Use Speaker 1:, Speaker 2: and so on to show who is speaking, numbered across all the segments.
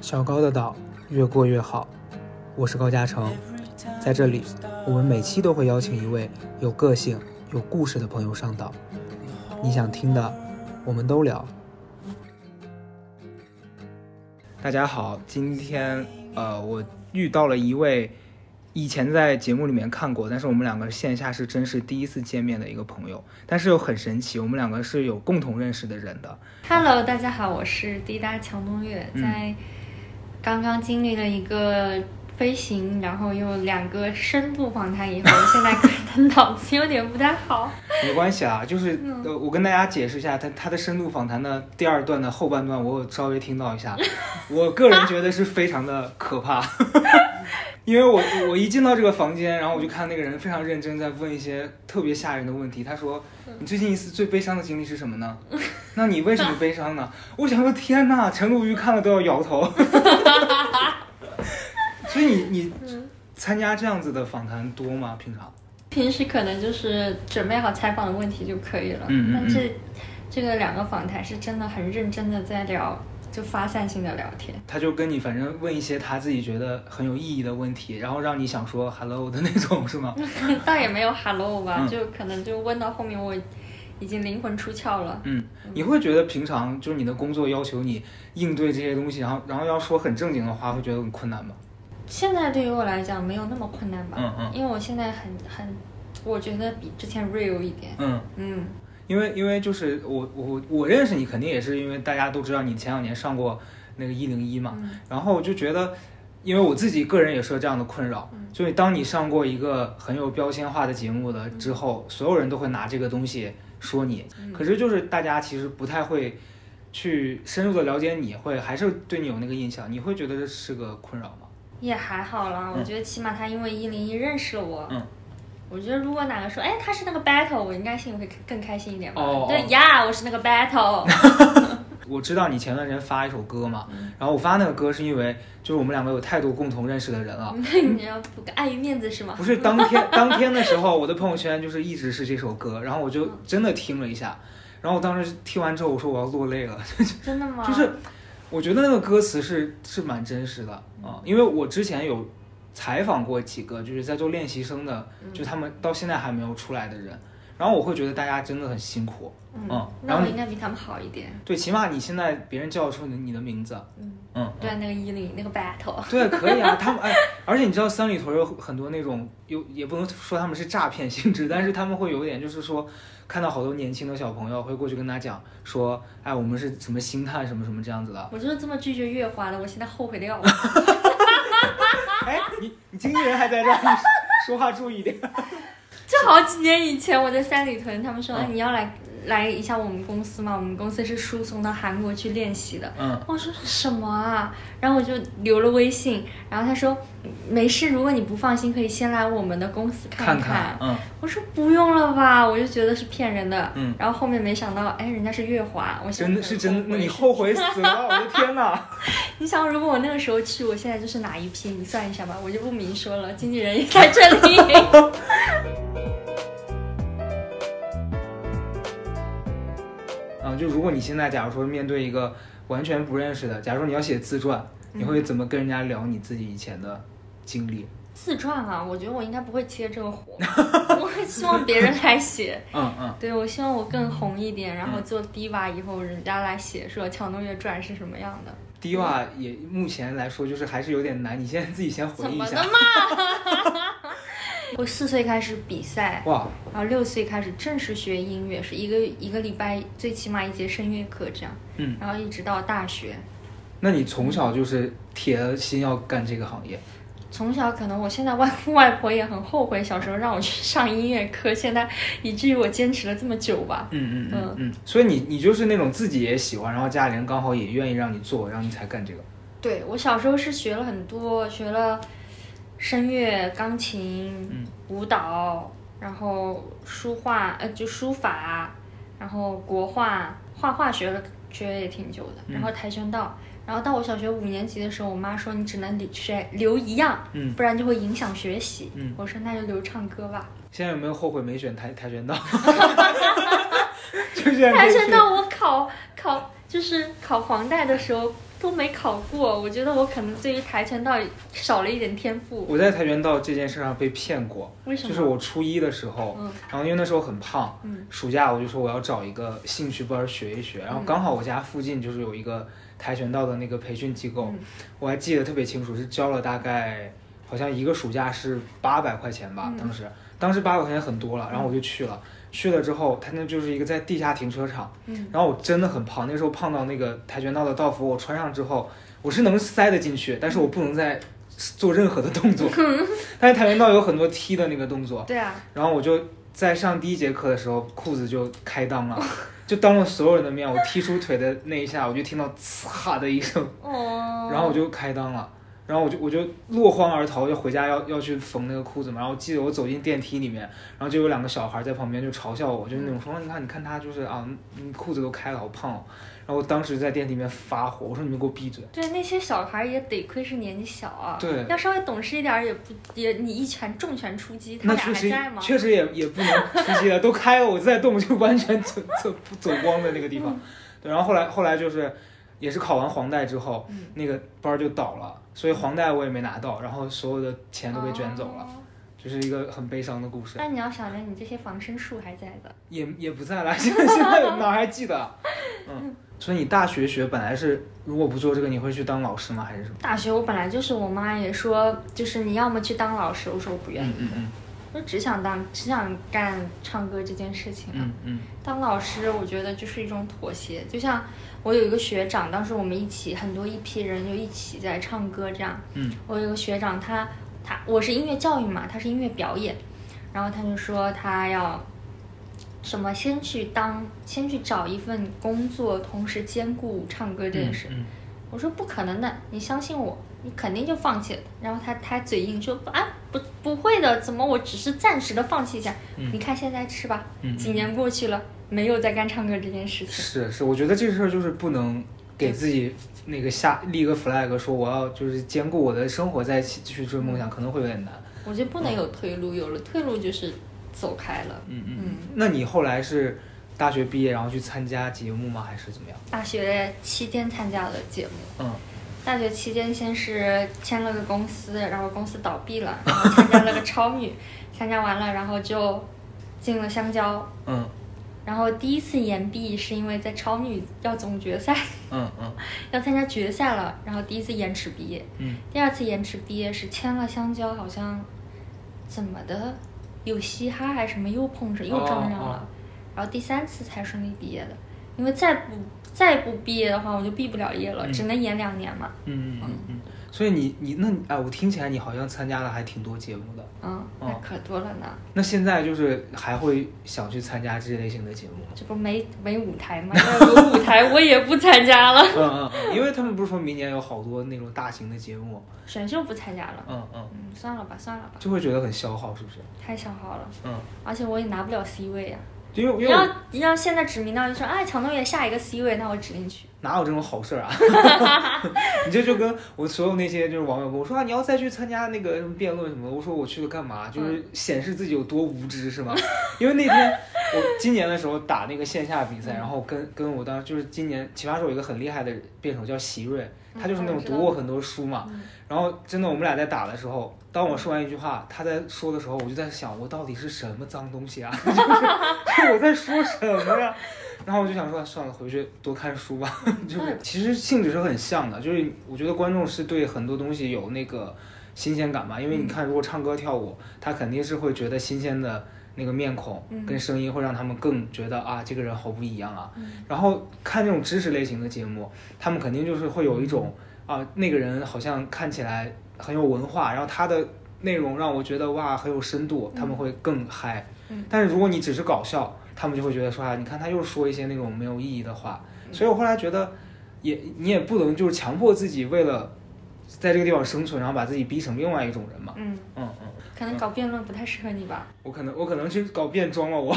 Speaker 1: 小高的岛，越过越好。我是高嘉诚，在这里，我们每期都会邀请一位有个性、有故事的朋友上岛。你想听的，我们都聊。大家好，今天呃，我遇到了一位以前在节目里面看过，但是我们两个线下是真是第一次见面的一个朋友，但是又很神奇，我们两个是有共同认识的人的。
Speaker 2: Hello，大家好，我是滴答强东月，
Speaker 1: 嗯
Speaker 2: 在刚刚经历了一个飞行，然后又两个深度访谈以后， 现在可能脑子有点不太好。
Speaker 1: 没关系啊，就是呃，我跟大家解释一下，他他的深度访谈的第二段的后半段，我有稍微听到一下，我个人觉得是非常的可怕，因为我我一进到这个房间，然后我就看那个人非常认真在问一些特别吓人的问题，他说你最近一次最悲伤的经历是什么呢？那你为什么悲伤呢？我想说天呐，陈鲁豫看了都要摇头，所以你你参加这样子的访谈多吗？平常？
Speaker 2: 平时可能就是准备好采访的问题就可以了，
Speaker 1: 嗯嗯嗯
Speaker 2: 但这这个两个访谈是真的很认真的在聊，就发散性的聊天。
Speaker 1: 他就跟你反正问一些他自己觉得很有意义的问题，然后让你想说 hello 的那种，是吗？
Speaker 2: 倒也没有 hello 吧，
Speaker 1: 嗯
Speaker 2: 就可能就问到后面我已经灵魂出窍了。
Speaker 1: 嗯，你会觉得平常就是你的工作要求你应对这些东西，然后然后要说很正经的话，会觉得很困难吗？
Speaker 2: 现在对于我来讲没有那么困难吧，
Speaker 1: 嗯嗯
Speaker 2: 因为我现在很很，我觉得比之前 real 一点，
Speaker 1: 嗯，
Speaker 2: 嗯，
Speaker 1: 因为因为就是我我我认识你，肯定也是因为大家都知道你前两年上过那个一零一嘛，
Speaker 2: 嗯
Speaker 1: 然后我就觉得，因为我自己个人也是有这样的困扰，就是当你上过一个很有标签化的节目的之后，所有人都会拿这个东西说你，可是就是大家其实不太会去深入的了解你，会还是对你有那个印象，你会觉得这是个困扰吗？
Speaker 2: 也还好啦。
Speaker 1: 嗯
Speaker 2: 我觉得起码他因为一零一认识了我，
Speaker 1: 嗯
Speaker 2: 我觉得如果哪个说，哎，他是那个 battle，我应该心里会更开心一点吧。
Speaker 1: 哦哦
Speaker 2: 对呀我是那 个 battle，
Speaker 1: 我知道你前段时间发一首歌嘛，然后我发那个歌是因为就是我们两个有太多共同认识的人了，
Speaker 2: 你要不碍于面子是吗
Speaker 1: 不？是当天当天的时候，我的朋友圈就是一直是这首歌，然后我
Speaker 2: 嗯
Speaker 1: 就真的听了一下，然后我当时听完之后，我说我要落泪了，
Speaker 2: 真的吗？
Speaker 1: 就是我觉得那个歌词是是蛮真实的
Speaker 2: 嗯
Speaker 1: 啊，因为我之前有采访过几个就是在做练习生的，
Speaker 2: 嗯
Speaker 1: 就他们到现在还没有出来的人，然后我会觉得大家真的很辛苦，
Speaker 2: 嗯，
Speaker 1: 嗯然
Speaker 2: 那
Speaker 1: 后
Speaker 2: 我
Speaker 1: 你嗯
Speaker 2: 应该比他们好一点。
Speaker 1: 对，起码你现在别人叫得出你你的名字，
Speaker 2: 嗯，
Speaker 1: 嗯，
Speaker 2: 对，那个一零那个 battle，
Speaker 1: 对，可以啊，他们哎，而且你知道三里屯有很多那种，有也不能说他们是诈骗性质，但是他们会有一点就是说，看到好多年轻的小朋友会过去跟他讲说，哎，我们是什么星探什么什么这样子的。
Speaker 2: 我就是这么拒绝月华的，我现在后悔的要死。
Speaker 1: 哎，你你经纪人还在这儿，你说话注意点。
Speaker 2: 这好几年以前，我在三里屯，他们说、
Speaker 1: 嗯
Speaker 2: 哎你要来来一下我们公司嘛，我们公司是输送到韩国去练习的。
Speaker 1: 嗯，
Speaker 2: 我说什么啊？然后我就留了微信，然后他说没事，如果你不放心，可以先来我们的公司
Speaker 1: 看
Speaker 2: 一
Speaker 1: 看，嗯
Speaker 2: 我说不用了吧，我就觉得是骗人的。
Speaker 1: 嗯
Speaker 2: 然后后面没想到，哎，人家是月华，我现
Speaker 1: 真
Speaker 2: 在
Speaker 1: 的是真的，
Speaker 2: 的。
Speaker 1: 你后悔死了，我的天 哪！
Speaker 2: 你想，如果我那个时候去，我现在就是哪一批？你算一下吧，我就不明说了，经纪人也在这里。
Speaker 1: 嗯，就如果你现在假如说面对一个完全不认识的，假如说你要写自传，你会怎么跟人家聊你自己以前的经历？
Speaker 2: 自传啊，我觉得我应该不会接这个活，我会希望别人来写。
Speaker 1: 嗯嗯。
Speaker 2: 对，我希望我更红一点，然后做 diva 以后，人家来写说《强东月传》是什么样的，
Speaker 1: diva 也目前来说就是还是有点难，你先自己先回
Speaker 2: 怎
Speaker 1: 忆一
Speaker 2: 么的
Speaker 1: 下。
Speaker 2: 嘛？ 我四岁开始比赛，
Speaker 1: 哇，
Speaker 2: 然后六岁开始正式学音乐，是一个一个礼拜最起码一节声乐课这样，
Speaker 1: 嗯，
Speaker 2: 然后一直到大学。
Speaker 1: 那你从小就是铁了心要干这个行业，
Speaker 2: 从小可能我现在外外婆也很后悔小时候让我去上音乐课，现在以至于我坚持了这么久吧。
Speaker 1: 嗯
Speaker 2: 嗯嗯
Speaker 1: 嗯，所以你你就是那种自己也喜欢，然后家里人刚好也愿意让你做，然后你才干这个。
Speaker 2: 对我小时候是学了很多，学了声乐、钢琴、
Speaker 1: 嗯
Speaker 2: 舞蹈，然后书画，呃，就书法，然后国画，画画学了学了也挺久
Speaker 1: 嗯
Speaker 2: 的，然后跆拳道。然后到我小学五年级的时候，我妈说你只能留学留一样，
Speaker 1: 嗯
Speaker 2: 不然就会影响学习。
Speaker 1: 嗯
Speaker 2: 我说那就留唱歌吧。
Speaker 1: 现在有没有后悔没选跆跆拳道？ 就现在可以
Speaker 2: 跆拳
Speaker 1: 去
Speaker 2: 道我考考就是考黄带的时候都没考过。我觉得我可能对于跆拳道少了一点天赋。
Speaker 1: 我在跆拳道这件事上被骗过，
Speaker 2: 为什
Speaker 1: 就
Speaker 2: 么？
Speaker 1: 是我初一的时候，
Speaker 2: 嗯
Speaker 1: 然后因为那时候很胖，
Speaker 2: 嗯
Speaker 1: 暑假我就说我要找一个兴趣班儿学一学，然后
Speaker 2: 嗯
Speaker 1: 刚好我家附近就是有一个跆拳道的那个培训机构，
Speaker 2: 嗯
Speaker 1: 我还记得特别清楚，是交了大概好像一个暑假是八百块钱吧，
Speaker 2: 嗯
Speaker 1: 当时当时八百块钱很多了，然后我就去了，去了之后他那就是一个在地下停车场，
Speaker 2: 嗯
Speaker 1: 然后我真的很胖，那时候胖到那个跆拳道的道服，我穿上之后我是能塞得进去，但是我不能再做任何的动 作，但是跆拳道有很多踢的那个动作。
Speaker 2: 对啊，
Speaker 1: 然后我就在上第一节课的时候，裤子就开裆了，就当着所有人的面，我踢出腿的那一下，我就听到“呲”的一声，
Speaker 2: 哦，
Speaker 1: 然后我就开裆了。然后我就我就落荒而逃，就回家要要去缝那个裤子嘛。然后我记得我走进电梯里面，然后就有两个小孩在旁边就嘲笑我，就是那种说你看你看他就是啊，你裤子都开了，好胖哦。然后我当时在电梯里面发火，我说你们给我闭嘴。
Speaker 2: 对那些小孩也得亏是年纪小啊，
Speaker 1: 对
Speaker 2: 要稍微懂事一点儿也不也你一拳重拳出击，他
Speaker 1: 那
Speaker 2: 俩
Speaker 1: 确
Speaker 2: 还
Speaker 1: 实
Speaker 2: 在吗？
Speaker 1: 确实也也不能出击了，都开了，我再动就完全走走走光的那个地
Speaker 2: 嗯
Speaker 1: 方。对，然后后来后来就是也是考完黄带之后，
Speaker 2: 嗯
Speaker 1: 那个班儿就倒了，所以黄带我也没拿到，然后所有的钱都被卷走了，
Speaker 2: 哦
Speaker 1: 这是一个很悲伤的故事。
Speaker 2: 那你要想着你这些防身术还在的，
Speaker 1: 也也不在了，现在现在哪还记得啊？嗯， 所以你大学学本来是如果不做这个，你会去当老师吗？还是什么？
Speaker 2: 大学我本来就是，我妈也说，就是你要么去当老师，我说我不愿意，
Speaker 1: 嗯嗯嗯
Speaker 2: 我只想当只想干唱歌这件事情啊。
Speaker 1: 嗯嗯
Speaker 2: 当老师，我觉得就是一种妥协。就像我有一个学长，当时我们一起很多一批人就一起在唱歌这样。
Speaker 1: 嗯，
Speaker 2: 我有一个学长，他他我是音乐教育嘛，他是音乐表演，然后他就说他要什么先去当先去找一份工作，同时兼顾唱歌这件事。
Speaker 1: 嗯
Speaker 2: 我说不可能的，你相信我，你肯定就放弃了。然后他他嘴硬说啊不不会的，怎么我只是暂时的放弃一下？
Speaker 1: 嗯
Speaker 2: 你看现在吃吧，
Speaker 1: 嗯
Speaker 2: 几年过去了，没有再干唱歌这件事情。
Speaker 1: 是是，我觉得这事儿就是不能给自己那个下立个 flag，说我要就是兼顾我的生活再去继续追梦想，可能会有点难。
Speaker 2: 我觉得不能有退路，有了退路就是走开了。
Speaker 1: 嗯
Speaker 2: 嗯
Speaker 1: 那你后来是大学毕业然后去参加节目吗？还是怎么样？
Speaker 2: 大学期间参加了节目，
Speaker 1: 嗯，
Speaker 2: 大学期间先是签了个公司，然后公司倒闭了，然后参加了个超女， 参加完了，然后就进了香蕉。
Speaker 1: 嗯
Speaker 2: 然后第一次延毕是因为在超女要总决赛，
Speaker 1: 嗯嗯
Speaker 2: 要参加决赛了，然后第一次延迟毕业，
Speaker 1: 嗯
Speaker 2: 第二次延迟毕业是签了香蕉，好像怎么的有嘻哈还是什么又碰上又撞上了，
Speaker 1: 哦哦
Speaker 2: 然后第三次才顺利毕业的，因为再不再不毕业的话，我就毕不了业了，
Speaker 1: 嗯
Speaker 2: 只能延两年嘛。
Speaker 1: 嗯嗯嗯。所以你你那哎，我听起来你好像参加了还挺多节目的。
Speaker 2: 嗯，那
Speaker 1: 哦
Speaker 2: 可多了呢，
Speaker 1: 那现在就是还会想去参加这类型的节 目吗？
Speaker 2: 这不没没舞台吗？要有舞台我也不参 加了，
Speaker 1: 嗯嗯嗯，因为他们不是说明年有好多那种大型的节目，
Speaker 2: 选秀不参加了，
Speaker 1: 嗯嗯，
Speaker 2: 嗯，算了吧，算了吧，
Speaker 1: 就会觉得很消耗，是不是？
Speaker 2: 太消耗了，
Speaker 1: 嗯，
Speaker 2: 而且我也拿不了 C 位啊。
Speaker 1: 因为因
Speaker 2: 你
Speaker 1: 为我
Speaker 2: 要你要现在指名道姓说，哎，强东也下一个 C 位，那我指定去。
Speaker 1: 哪有这种好事儿啊？ 你这就跟我所有那些就是网友跟我说啊，你要再去参加那个什么辩论什么的，我说我去了干嘛？就是显示自己有多无知是吗？因为那天我今年的时候打那个线下比赛，然后跟跟我当时就是今年奇葩说有一个很厉害的辩手叫席瑞，他就是那种读过很多书嘛，
Speaker 2: 嗯
Speaker 1: 然后真的我们俩在打的时候，当我说完一句话，他在说的时候，我就在想我到底是什么脏东西啊？ 就是就是我在说什么呀？然后我就想说算了，回去多看书吧。
Speaker 2: 嗯
Speaker 1: 就是其实性质是很像的，就是我觉得观众是对很多东西有那个新鲜感嘛，因
Speaker 2: 嗯
Speaker 1: 为你看如果唱歌跳舞，他肯定是会觉得新鲜的。那个面孔
Speaker 2: 嗯
Speaker 1: 跟声音会让他们更觉得啊，这个人好不一样啊。
Speaker 2: 嗯
Speaker 1: 然后看这种知识类型的节目，他们肯定就是会有一种
Speaker 2: 嗯
Speaker 1: 啊，那个人好像看起来很有文化，然后他的内容让我觉得哇很有深度，他们会更嗨。
Speaker 2: 嗯
Speaker 1: 但是如果你只是搞笑，他们就会觉得说啊，你看他又说一些那种没有意义的话。
Speaker 2: 嗯
Speaker 1: 所以我后来觉得也，你也不能就是强迫自己为了在这个地方生存，然后把自己逼成另外一种人嘛。
Speaker 2: 嗯，
Speaker 1: 嗯嗯。
Speaker 2: 可能搞辩论不太适合你吧？
Speaker 1: 我可能我可能去搞变装了，我。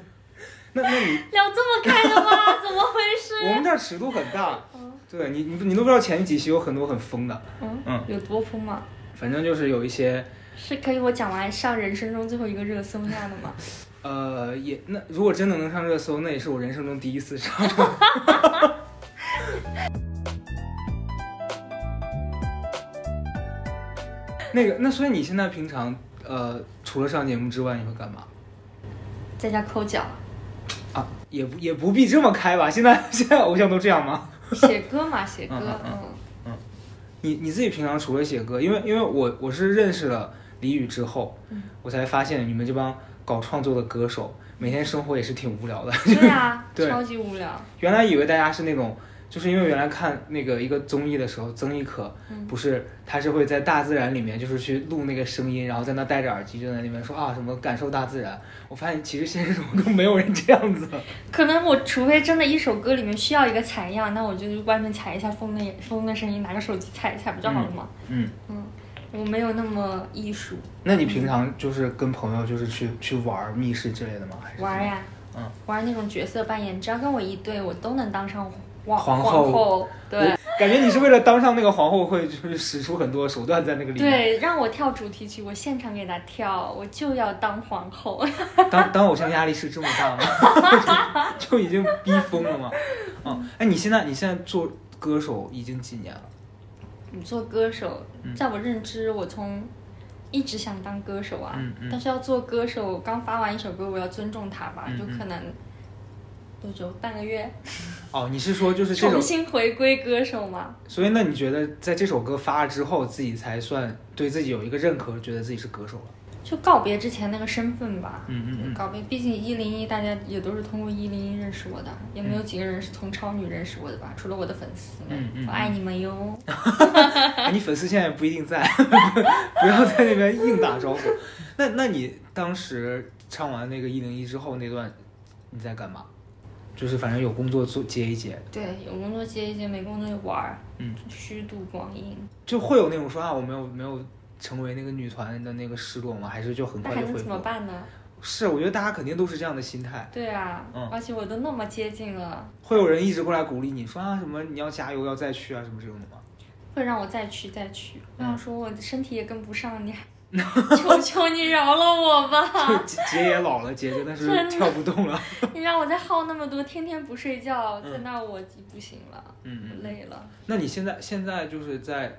Speaker 1: 那那你
Speaker 2: 聊这么开的吗？ 怎么回
Speaker 1: 我
Speaker 2: 事？
Speaker 1: 们这儿尺度很大
Speaker 2: 嗯，
Speaker 1: 对你你你都不知道前几期有很多很疯的，
Speaker 2: 嗯，
Speaker 1: 嗯，
Speaker 2: 有多疯吗？
Speaker 1: 反正就是有一些
Speaker 2: 是可以我讲完上人生中最后一个热搜那样的吗？
Speaker 1: 呃也那如果真的能上热搜，那也是我人生中第一次上。那个，那所以你现在平常呃，除了上节目之外，你会干嘛？
Speaker 2: 在家抠脚，
Speaker 1: 啊，也不也不必这么开吧？现 在现在偶像都这样吗？
Speaker 2: 写歌嘛，写歌，
Speaker 1: 嗯嗯
Speaker 2: 嗯，
Speaker 1: 你你自己平常除了写歌，因为因为我我是认识了李宇之后，
Speaker 2: 嗯
Speaker 1: 我才发现你们这帮搞创作的歌手，每天生活也是挺无聊的。
Speaker 2: 对啊，
Speaker 1: 嗯 对
Speaker 2: 超级无聊，
Speaker 1: 原来以为大家是那种，就是因为原来看那个一个综艺的时候，曾轶可
Speaker 2: 嗯
Speaker 1: 不是他是会在大自然里面就是去录那个声音，然后在那戴着耳机就在那边说啊什么感受大自然。我发现其实现实生活中没有人这样子。
Speaker 2: 可能我除非真的一首歌里面需要一个采样，那我就去外面采一下风的风的声音，拿个手机采一下不就好了吗？
Speaker 1: 嗯，
Speaker 2: 嗯，我没有那么艺术
Speaker 1: 那你平常就是跟朋友就是去去玩儿密室之类的吗？还是
Speaker 2: 玩呀、
Speaker 1: 嗯
Speaker 2: 玩那种角色扮演，只要跟我一对，我都能当上皇
Speaker 1: 皇后
Speaker 2: 皇后对。
Speaker 1: 感觉你是为了当上那个皇后，会就是使出很多手段在那个里面。
Speaker 2: 对，让我跳主题曲，我现场给他跳，我就要当皇后。
Speaker 1: 当当偶像压力是这么大吗？ 就就已经逼疯了吗？嗯，哎，你现在你现在做歌手已经几年了？
Speaker 2: 你做歌手
Speaker 1: 嗯，
Speaker 2: 在我认知，我从一直想当歌手啊，
Speaker 1: 嗯嗯
Speaker 2: 但是要做歌手，我刚发完一首歌，我要尊重他吧，
Speaker 1: 嗯
Speaker 2: 就可能多久半个月
Speaker 1: 哦，你是说就是这
Speaker 2: 重
Speaker 1: 首？
Speaker 2: 新回归歌手嘛？
Speaker 1: 所以那你觉得在这首歌发了之后，自己才算对自己有一个认可，觉得自己是歌手了？
Speaker 2: 就告别之前那个身份吧。
Speaker 1: 嗯嗯嗯。
Speaker 2: 告别，毕竟一零一大家也都是通过一零一认识我的，也没有几个人是从超女认识我的吧，除了我的粉丝们，
Speaker 1: 嗯嗯
Speaker 2: 我爱你们哟。
Speaker 1: 哎你粉丝现在不一定在， 不要在那边硬打招呼。那那你当时唱完那个一零一之后那段，你在干嘛？就是反正有工作做接一接，
Speaker 2: 对，有工作接一接，没工作就玩儿，
Speaker 1: 嗯，
Speaker 2: 虚度光阴，
Speaker 1: 就会有那种说啊，我没有没有成为那个女团的那个失落吗？还是就很
Speaker 2: 那
Speaker 1: 快
Speaker 2: 还
Speaker 1: 就
Speaker 2: 能
Speaker 1: 恢
Speaker 2: 怎么
Speaker 1: 复？
Speaker 2: 办呢？
Speaker 1: 是，我觉得大家肯定都是这样的心态。
Speaker 2: 对啊，
Speaker 1: 嗯
Speaker 2: 而且我都那么接近了，
Speaker 1: 会有人一直过来鼓励你说啊什么你要加油要再去啊什么这种 的吗？
Speaker 2: 会让我再去再去。我
Speaker 1: 嗯
Speaker 2: 想说，我的身体也跟不上你，求求你饶了我吧！
Speaker 1: 就姐姐也老了，姐真的是
Speaker 2: 真的
Speaker 1: 跳不动了。
Speaker 2: 你让我再耗那么多，天天不睡觉，
Speaker 1: 嗯
Speaker 2: 在那我不行了，
Speaker 1: 嗯
Speaker 2: 我
Speaker 1: 嗯。
Speaker 2: 累了。
Speaker 1: 那你现在现在就是在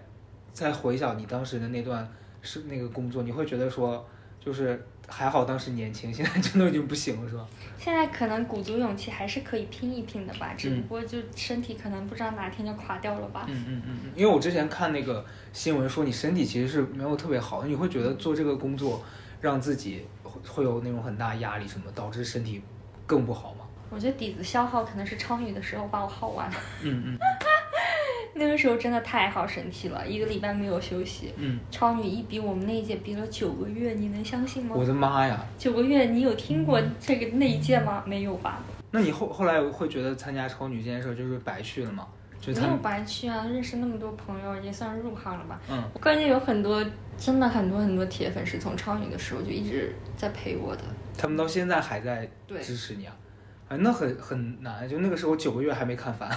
Speaker 1: 在回想你当时的那段是那个工作，你会觉得说就是还好当时年轻，现在真的已经不行了是吧？
Speaker 2: 现在可能鼓足勇气还是可以拼一拼的吧，只不过就身体可能不知道哪天就垮掉了吧。
Speaker 1: 嗯嗯嗯嗯。因为我之前看那个新闻说你身体其实是没有特别好，你会觉得做这个工作让自己会会有那种很大压力什么，导致身体更不好吗？
Speaker 2: 我觉得底子消耗可能是超女的时候把我耗完了，
Speaker 1: 嗯嗯
Speaker 2: 那个时候真的太耗身体了，一个礼拜没有休息。
Speaker 1: 嗯。
Speaker 2: 超女一比我们那一届比了九个月，你能相信吗？
Speaker 1: 我的嗯妈呀！
Speaker 2: 九个月，你有听过这个那一届吗？没有吧？
Speaker 1: 那你后后来会觉得参加超女这件事儿就是白去了吗？就
Speaker 2: 没
Speaker 1: 参
Speaker 2: 有白去啊，认识那么多朋友，也算入行了吧。
Speaker 1: 嗯，
Speaker 2: 关键有很多，真的很多很多铁粉是从超女的时候就一直在陪我的。
Speaker 1: 他们到现在还在
Speaker 2: 对，
Speaker 1: 支持你啊？啊，那很很难，就那个时候九个月还没看烦。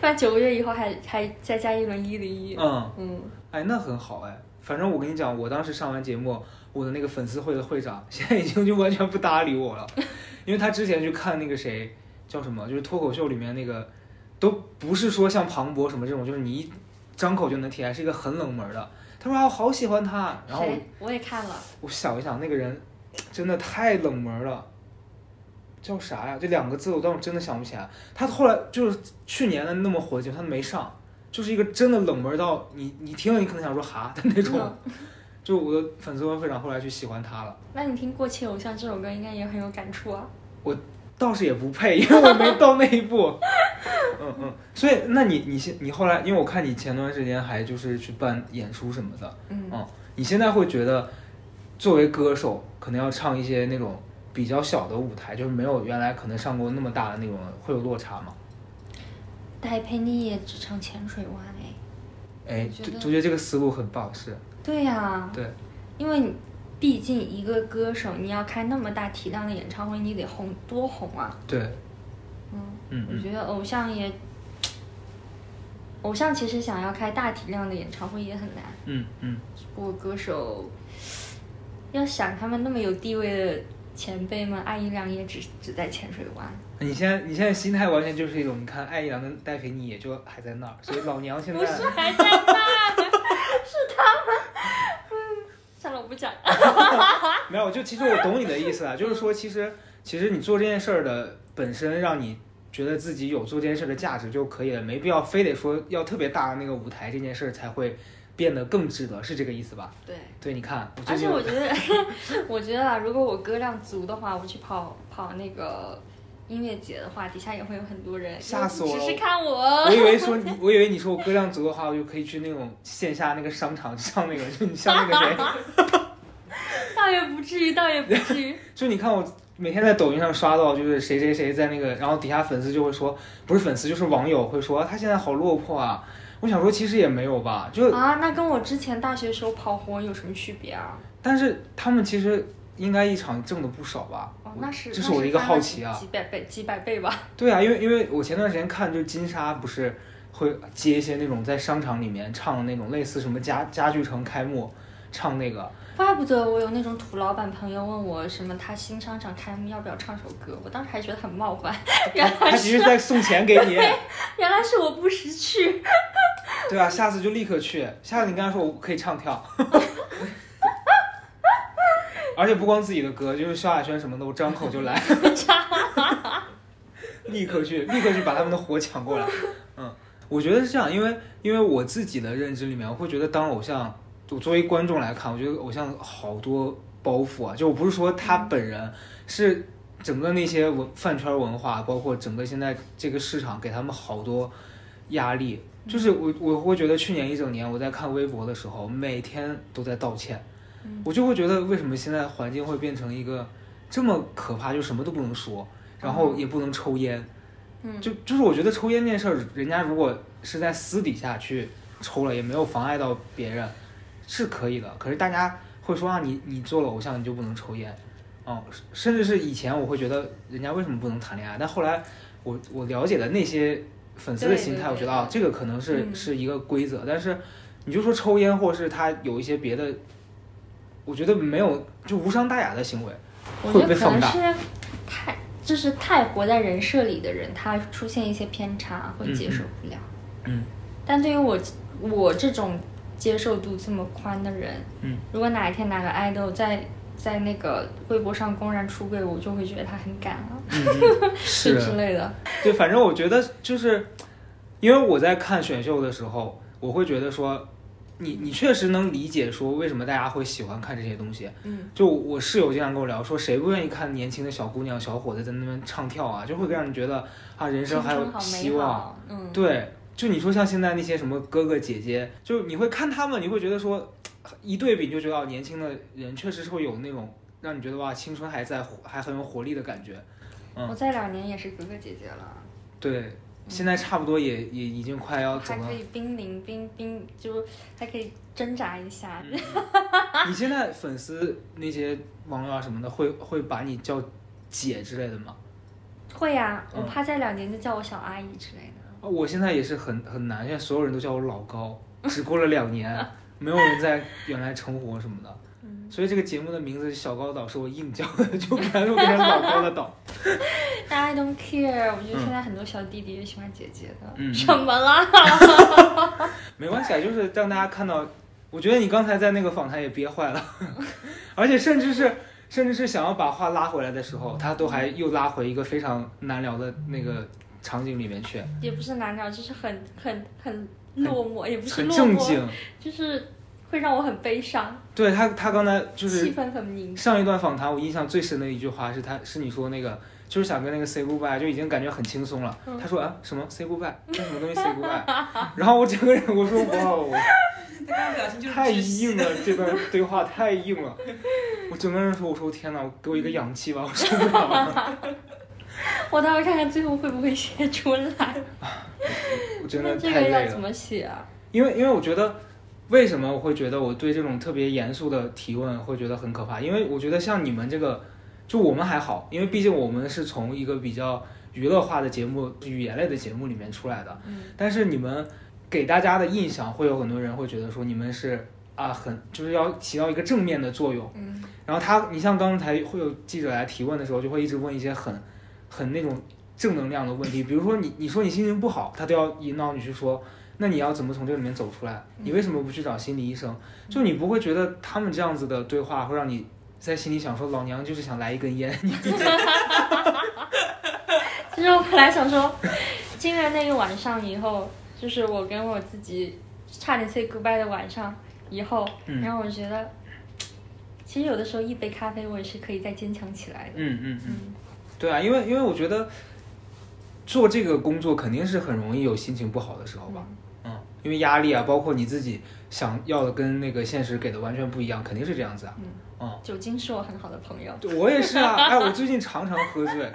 Speaker 2: 不然九个月以后还还再加一轮一零一。
Speaker 1: 嗯，
Speaker 2: 嗯，
Speaker 1: 哎，那很好哎。反正我跟你讲，我当时上完节目，我的那个粉丝会的会长 现在已经就完全不搭理我了，因为他之前去看那个谁叫什么，就是脱口秀里面那个，都不是说像庞博什么这种，就是你一张口就能提，还是一个很冷门的。他说啊，我好喜欢他，然后我
Speaker 2: 谁我也看了，
Speaker 1: 我想一想，那个人真的太冷门了，叫啥呀？这两个字我，但我真的想不起来。他后来就是去年的那么火的节目，他没上，就是一个真的冷门到你你听了你可能想说哈的那种。
Speaker 2: 嗯
Speaker 1: 就我的粉丝会长后来去喜欢他了，
Speaker 2: 那你听《过气偶像》这首歌，应该也很有感触啊。
Speaker 1: 倒是也不配，因为我没到那一步。 嗯嗯，所以那你你现你后来，因为我看你前段时间还就是去办演出什么的，
Speaker 2: 嗯，
Speaker 1: 你现在会觉得，作为歌手，可能要唱一些那种比较小的舞台，就是没有原来可能上过那么大的那种，会有落差吗？
Speaker 2: 戴佩妮也只唱浅水湾哎。
Speaker 1: 哎，
Speaker 2: 我觉
Speaker 1: 就
Speaker 2: 得
Speaker 1: 就觉得这个思路很棒，是
Speaker 2: 对呀、
Speaker 1: 对，
Speaker 2: 因为你毕竟一个歌手，你要开那么大体量的演唱会，你得红多红啊。
Speaker 1: 对，
Speaker 2: 嗯，
Speaker 1: 嗯
Speaker 2: 我
Speaker 1: 嗯
Speaker 2: 觉得偶像也，偶像其实想要开大体量的演唱会也很难。
Speaker 1: 嗯嗯，
Speaker 2: 不过歌手要想他们那么有地位的前辈们，艾怡良也只只在浅水湾。
Speaker 1: 你现在你现在心态完全就是一种，你看艾怡良跟戴培妮也就还在那儿，所以老娘现
Speaker 2: 不是
Speaker 1: 在
Speaker 2: 还在那儿，是他嗯
Speaker 1: 没有，就其实我懂你的意思 啊，就是说，其实其实你做这件事儿的本身，让你觉得自己有做这件事的价值就可以了，没必要非得说要特别大的那个舞台，这件事儿才会变得更值得，是这个意思吧？
Speaker 2: 对。
Speaker 1: 对，你看，我
Speaker 2: 而
Speaker 1: 最
Speaker 2: 且
Speaker 1: 近
Speaker 2: 我觉得，我觉得 啊，如果我歌量足的话，我去跑跑那个音乐节的话，底下也会有很多人，
Speaker 1: 吓死我了
Speaker 2: 只是看我
Speaker 1: 我，以为说你，我以为你说我歌量足的话，我就可以去那种线下那个商场，像那个，就你像那个谁，
Speaker 2: 倒也不至于，倒也不至 于。
Speaker 1: 就你看我每天在抖音上刷到，就是谁谁谁在那个，然后底下粉丝就会说，不是粉丝就是网友会说他现在好落魄啊。我想说，其实也没有吧，就
Speaker 2: 啊，那跟我之前大学时候跑火有什么区别啊？
Speaker 1: 但是他们其实应该一场挣的不少吧？
Speaker 2: 哦，那是
Speaker 1: 这
Speaker 2: 那
Speaker 1: 是我的一个
Speaker 2: 翻了
Speaker 1: 好奇啊
Speaker 2: 几百倍，几百倍吧。
Speaker 1: 对啊，因为因为我前段时间看，就金莎不是会接一些那种在商场里面唱的那种类似什么家家具城开幕唱那个，
Speaker 2: 怪不得我有那种土老板朋友问我什么，他新商场开幕要不要唱首歌，我当时还觉得很冒犯， 原
Speaker 1: 他
Speaker 2: 来
Speaker 1: 其实在送钱给你，
Speaker 2: 原来是我不识趣。
Speaker 1: 对啊，下次就立刻去，下次你跟他说我可以唱跳。而且不光自己的歌，就是萧亚轩什么的，我张口就来，立刻去，立刻去把他们的火抢过来。嗯，我觉得是这样，因为因为我自己的认知里面，我会觉得当偶像，我作为观众来看，我觉得偶像好多包袱啊，就我不是说他本人，是整个那些文饭圈文化，包括整个现在这个市场给他们好多压力。就是我我会觉得去年一整年我在看微博的时候，每天都在道歉，我就会觉得为什么现在环境会变成一个这么可怕，就什么都不能说，然后也不能抽烟，
Speaker 2: 嗯
Speaker 1: 就就是我觉得抽烟这件事儿，人家如果是在私底下去抽了，也没有妨碍到别人，是可以的。可是大家会说啊，你你做了偶像，你就不能抽烟，哦，甚至是以前我会觉得人家为什么不能谈恋爱，但后来我我了解的那些粉丝的
Speaker 2: 对
Speaker 1: 心态，
Speaker 2: 对
Speaker 1: 我觉得
Speaker 2: 对
Speaker 1: 啊，这个可能是、
Speaker 2: 嗯
Speaker 1: 是一个规则，但是你就说抽烟，或是他有一些别的，我觉得没有就无伤大雅的行为，
Speaker 2: 我
Speaker 1: 会
Speaker 2: 觉
Speaker 1: 被
Speaker 2: 得可
Speaker 1: 放
Speaker 2: 能
Speaker 1: 大
Speaker 2: 是太就是太活在人设里的人，他出现一些偏差会接受不了。
Speaker 1: 嗯
Speaker 2: 但对于我我这种接受度这么宽的人，
Speaker 1: 嗯，
Speaker 2: 如果哪一天哪个爱豆在在那个微博上公然出柜，我就会觉得他很敢了，
Speaker 1: 嗯， 嗯
Speaker 2: 就是之类的。
Speaker 1: 对，反正我觉得就是，因为我在看选秀的时候，我会觉得说，你你确实能理解说为什么大家会喜欢看这些东西。
Speaker 2: 嗯，
Speaker 1: 就我室友经常跟我聊说，谁不愿意看年轻的小姑娘、小伙子在那边唱跳啊，就会让你觉得啊，人生还
Speaker 2: 青春
Speaker 1: 有
Speaker 2: 好
Speaker 1: 希
Speaker 2: 美
Speaker 1: 望。
Speaker 2: 好，嗯，
Speaker 1: 对，就你说像现在那些什么哥哥姐姐，就你会看他们，你会觉得说，一对比你就觉得哦，年轻的人确实是会有那种让你觉得哇，青春还在，还很有活力的感觉。嗯
Speaker 2: 我在两年也是哥哥姐姐了，
Speaker 1: 对，现在差不多也也已经快要走啊
Speaker 2: 还
Speaker 1: 了
Speaker 2: 可。以濒临濒濒，就还可以挣扎一下。
Speaker 1: 嗯
Speaker 2: 啊
Speaker 1: 你现在粉丝那些网友啊什么的，会会把你叫姐之类的吗？
Speaker 2: 会呀、
Speaker 1: 嗯
Speaker 2: 我怕在两年就叫我小阿姨之类
Speaker 1: 啊
Speaker 2: 的。
Speaker 1: 我现在也是很很难，现在所有人都叫我老高，只过了两 年，没有人在原来称呼我什么的。
Speaker 2: 嗯
Speaker 1: 所以这个节目的名字“小高岛”是我硬叫的，就感觉变成老高的岛。
Speaker 2: 但 I don't care，我觉
Speaker 1: 嗯
Speaker 2: 得现在很多小弟弟也喜欢姐姐的。
Speaker 1: 嗯嗯
Speaker 2: 什么啊啦？
Speaker 1: 没关系，啊，就是让大家看到。我觉得你刚才在那个访谈也憋坏了， 而且甚至是甚至是想要把话拉回来的时候，他都还又拉回一个非常难聊的那个场景里面去，
Speaker 2: 也不是难聊，就是很很很落寞，也不是
Speaker 1: 很
Speaker 2: 落
Speaker 1: 正
Speaker 2: 寞，
Speaker 1: 经。
Speaker 2: 就是会让我很悲伤，
Speaker 1: 对他，他刚才就是
Speaker 2: 气氛很凝。
Speaker 1: 上一段访谈，我印象最深的一句话是他是你说那个，就是想跟那个 say goodbye，就已经感觉很轻松了。
Speaker 2: 嗯
Speaker 1: 他说啊什么 say goodbye，跟什么东西 say goodbye，然后我整个人我说哇，哦我
Speaker 3: 他刚刚表情就是
Speaker 1: 太
Speaker 3: 窒息
Speaker 1: 硬 了，这段对话太硬了。我整个人说我说天哪，给我一个氧气吧，我受不了了，
Speaker 2: 我待会儿看看最后会不会写出来。
Speaker 1: 我真
Speaker 2: 那
Speaker 1: 的
Speaker 2: 这
Speaker 1: 太
Speaker 2: 个
Speaker 1: 累
Speaker 2: 要怎
Speaker 1: 了。
Speaker 2: 么写啊？
Speaker 1: 因为因为我觉得。为什么我会觉得我对这种特别严肃的提问会觉得很可怕？因为我觉得像你们这个，就我们还好，因为毕竟我们是从一个比较娱乐化的节目、语言类的节目里面出来的。
Speaker 2: 嗯，
Speaker 1: 但是你们给大家的印象，会有很多人会觉得说你们是啊，很就是要起到一个正面的作用。
Speaker 2: 嗯，
Speaker 1: 然后他，你像刚才会有记者来提问的时候，就会一直问一些很很那种正能量的问题，比如说你你说你心情不好，他都要引导你去说。那你要怎么从这里面走出来？你为什么不去找心理医生？就你不会觉得他们这样子的对话会让你在心里想说，老娘就是想来一根烟， 你
Speaker 2: 其实我本来想说，经过那一晚上以后，就是我跟我自己差点 say goodbye 的晚上以后，
Speaker 1: 嗯
Speaker 2: 然后我觉得，其实有的时候一杯咖啡我也是可以再坚强起来的。
Speaker 1: 嗯嗯嗯，
Speaker 2: 嗯，
Speaker 1: 对啊，因为因为我觉得做这个工作肯定是很容易有心情不好的时候吧，嗯，因为压力啊，包括你自己想要的跟那个现实给的完全不一样，肯定是这样子啊，
Speaker 2: 嗯
Speaker 1: 嗯。
Speaker 2: 酒精是我很好的朋友。
Speaker 1: 对我也是啊， 哎，我最近常常喝醉，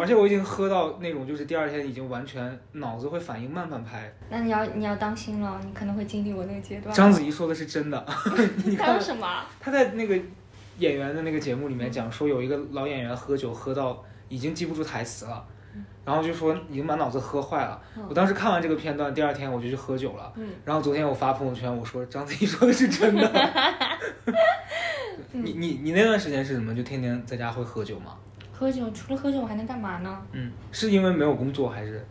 Speaker 1: 而且我已经喝到那种就是第二天已经完全脑子会反应慢半拍。
Speaker 2: 那你要你要当心了，你可能会经历我那个阶段。
Speaker 1: 章子怡说的是真的， 你
Speaker 2: 还有
Speaker 1: 看
Speaker 2: 什么？
Speaker 1: 她在那个演员的那个节目里面讲说，有一个老演员喝酒喝到已经记不住台词了，然后就说已经满脑子喝坏了。我当时看完这个片段，第二天我就去喝酒了。
Speaker 2: 嗯
Speaker 1: 然后昨天我发朋友圈，我说章子怡说的是真的。你你你那段时间是什么？就天天在家会喝酒吗？
Speaker 2: 喝酒除了喝酒我还能干嘛呢？
Speaker 1: 嗯，是因为没有工作还是？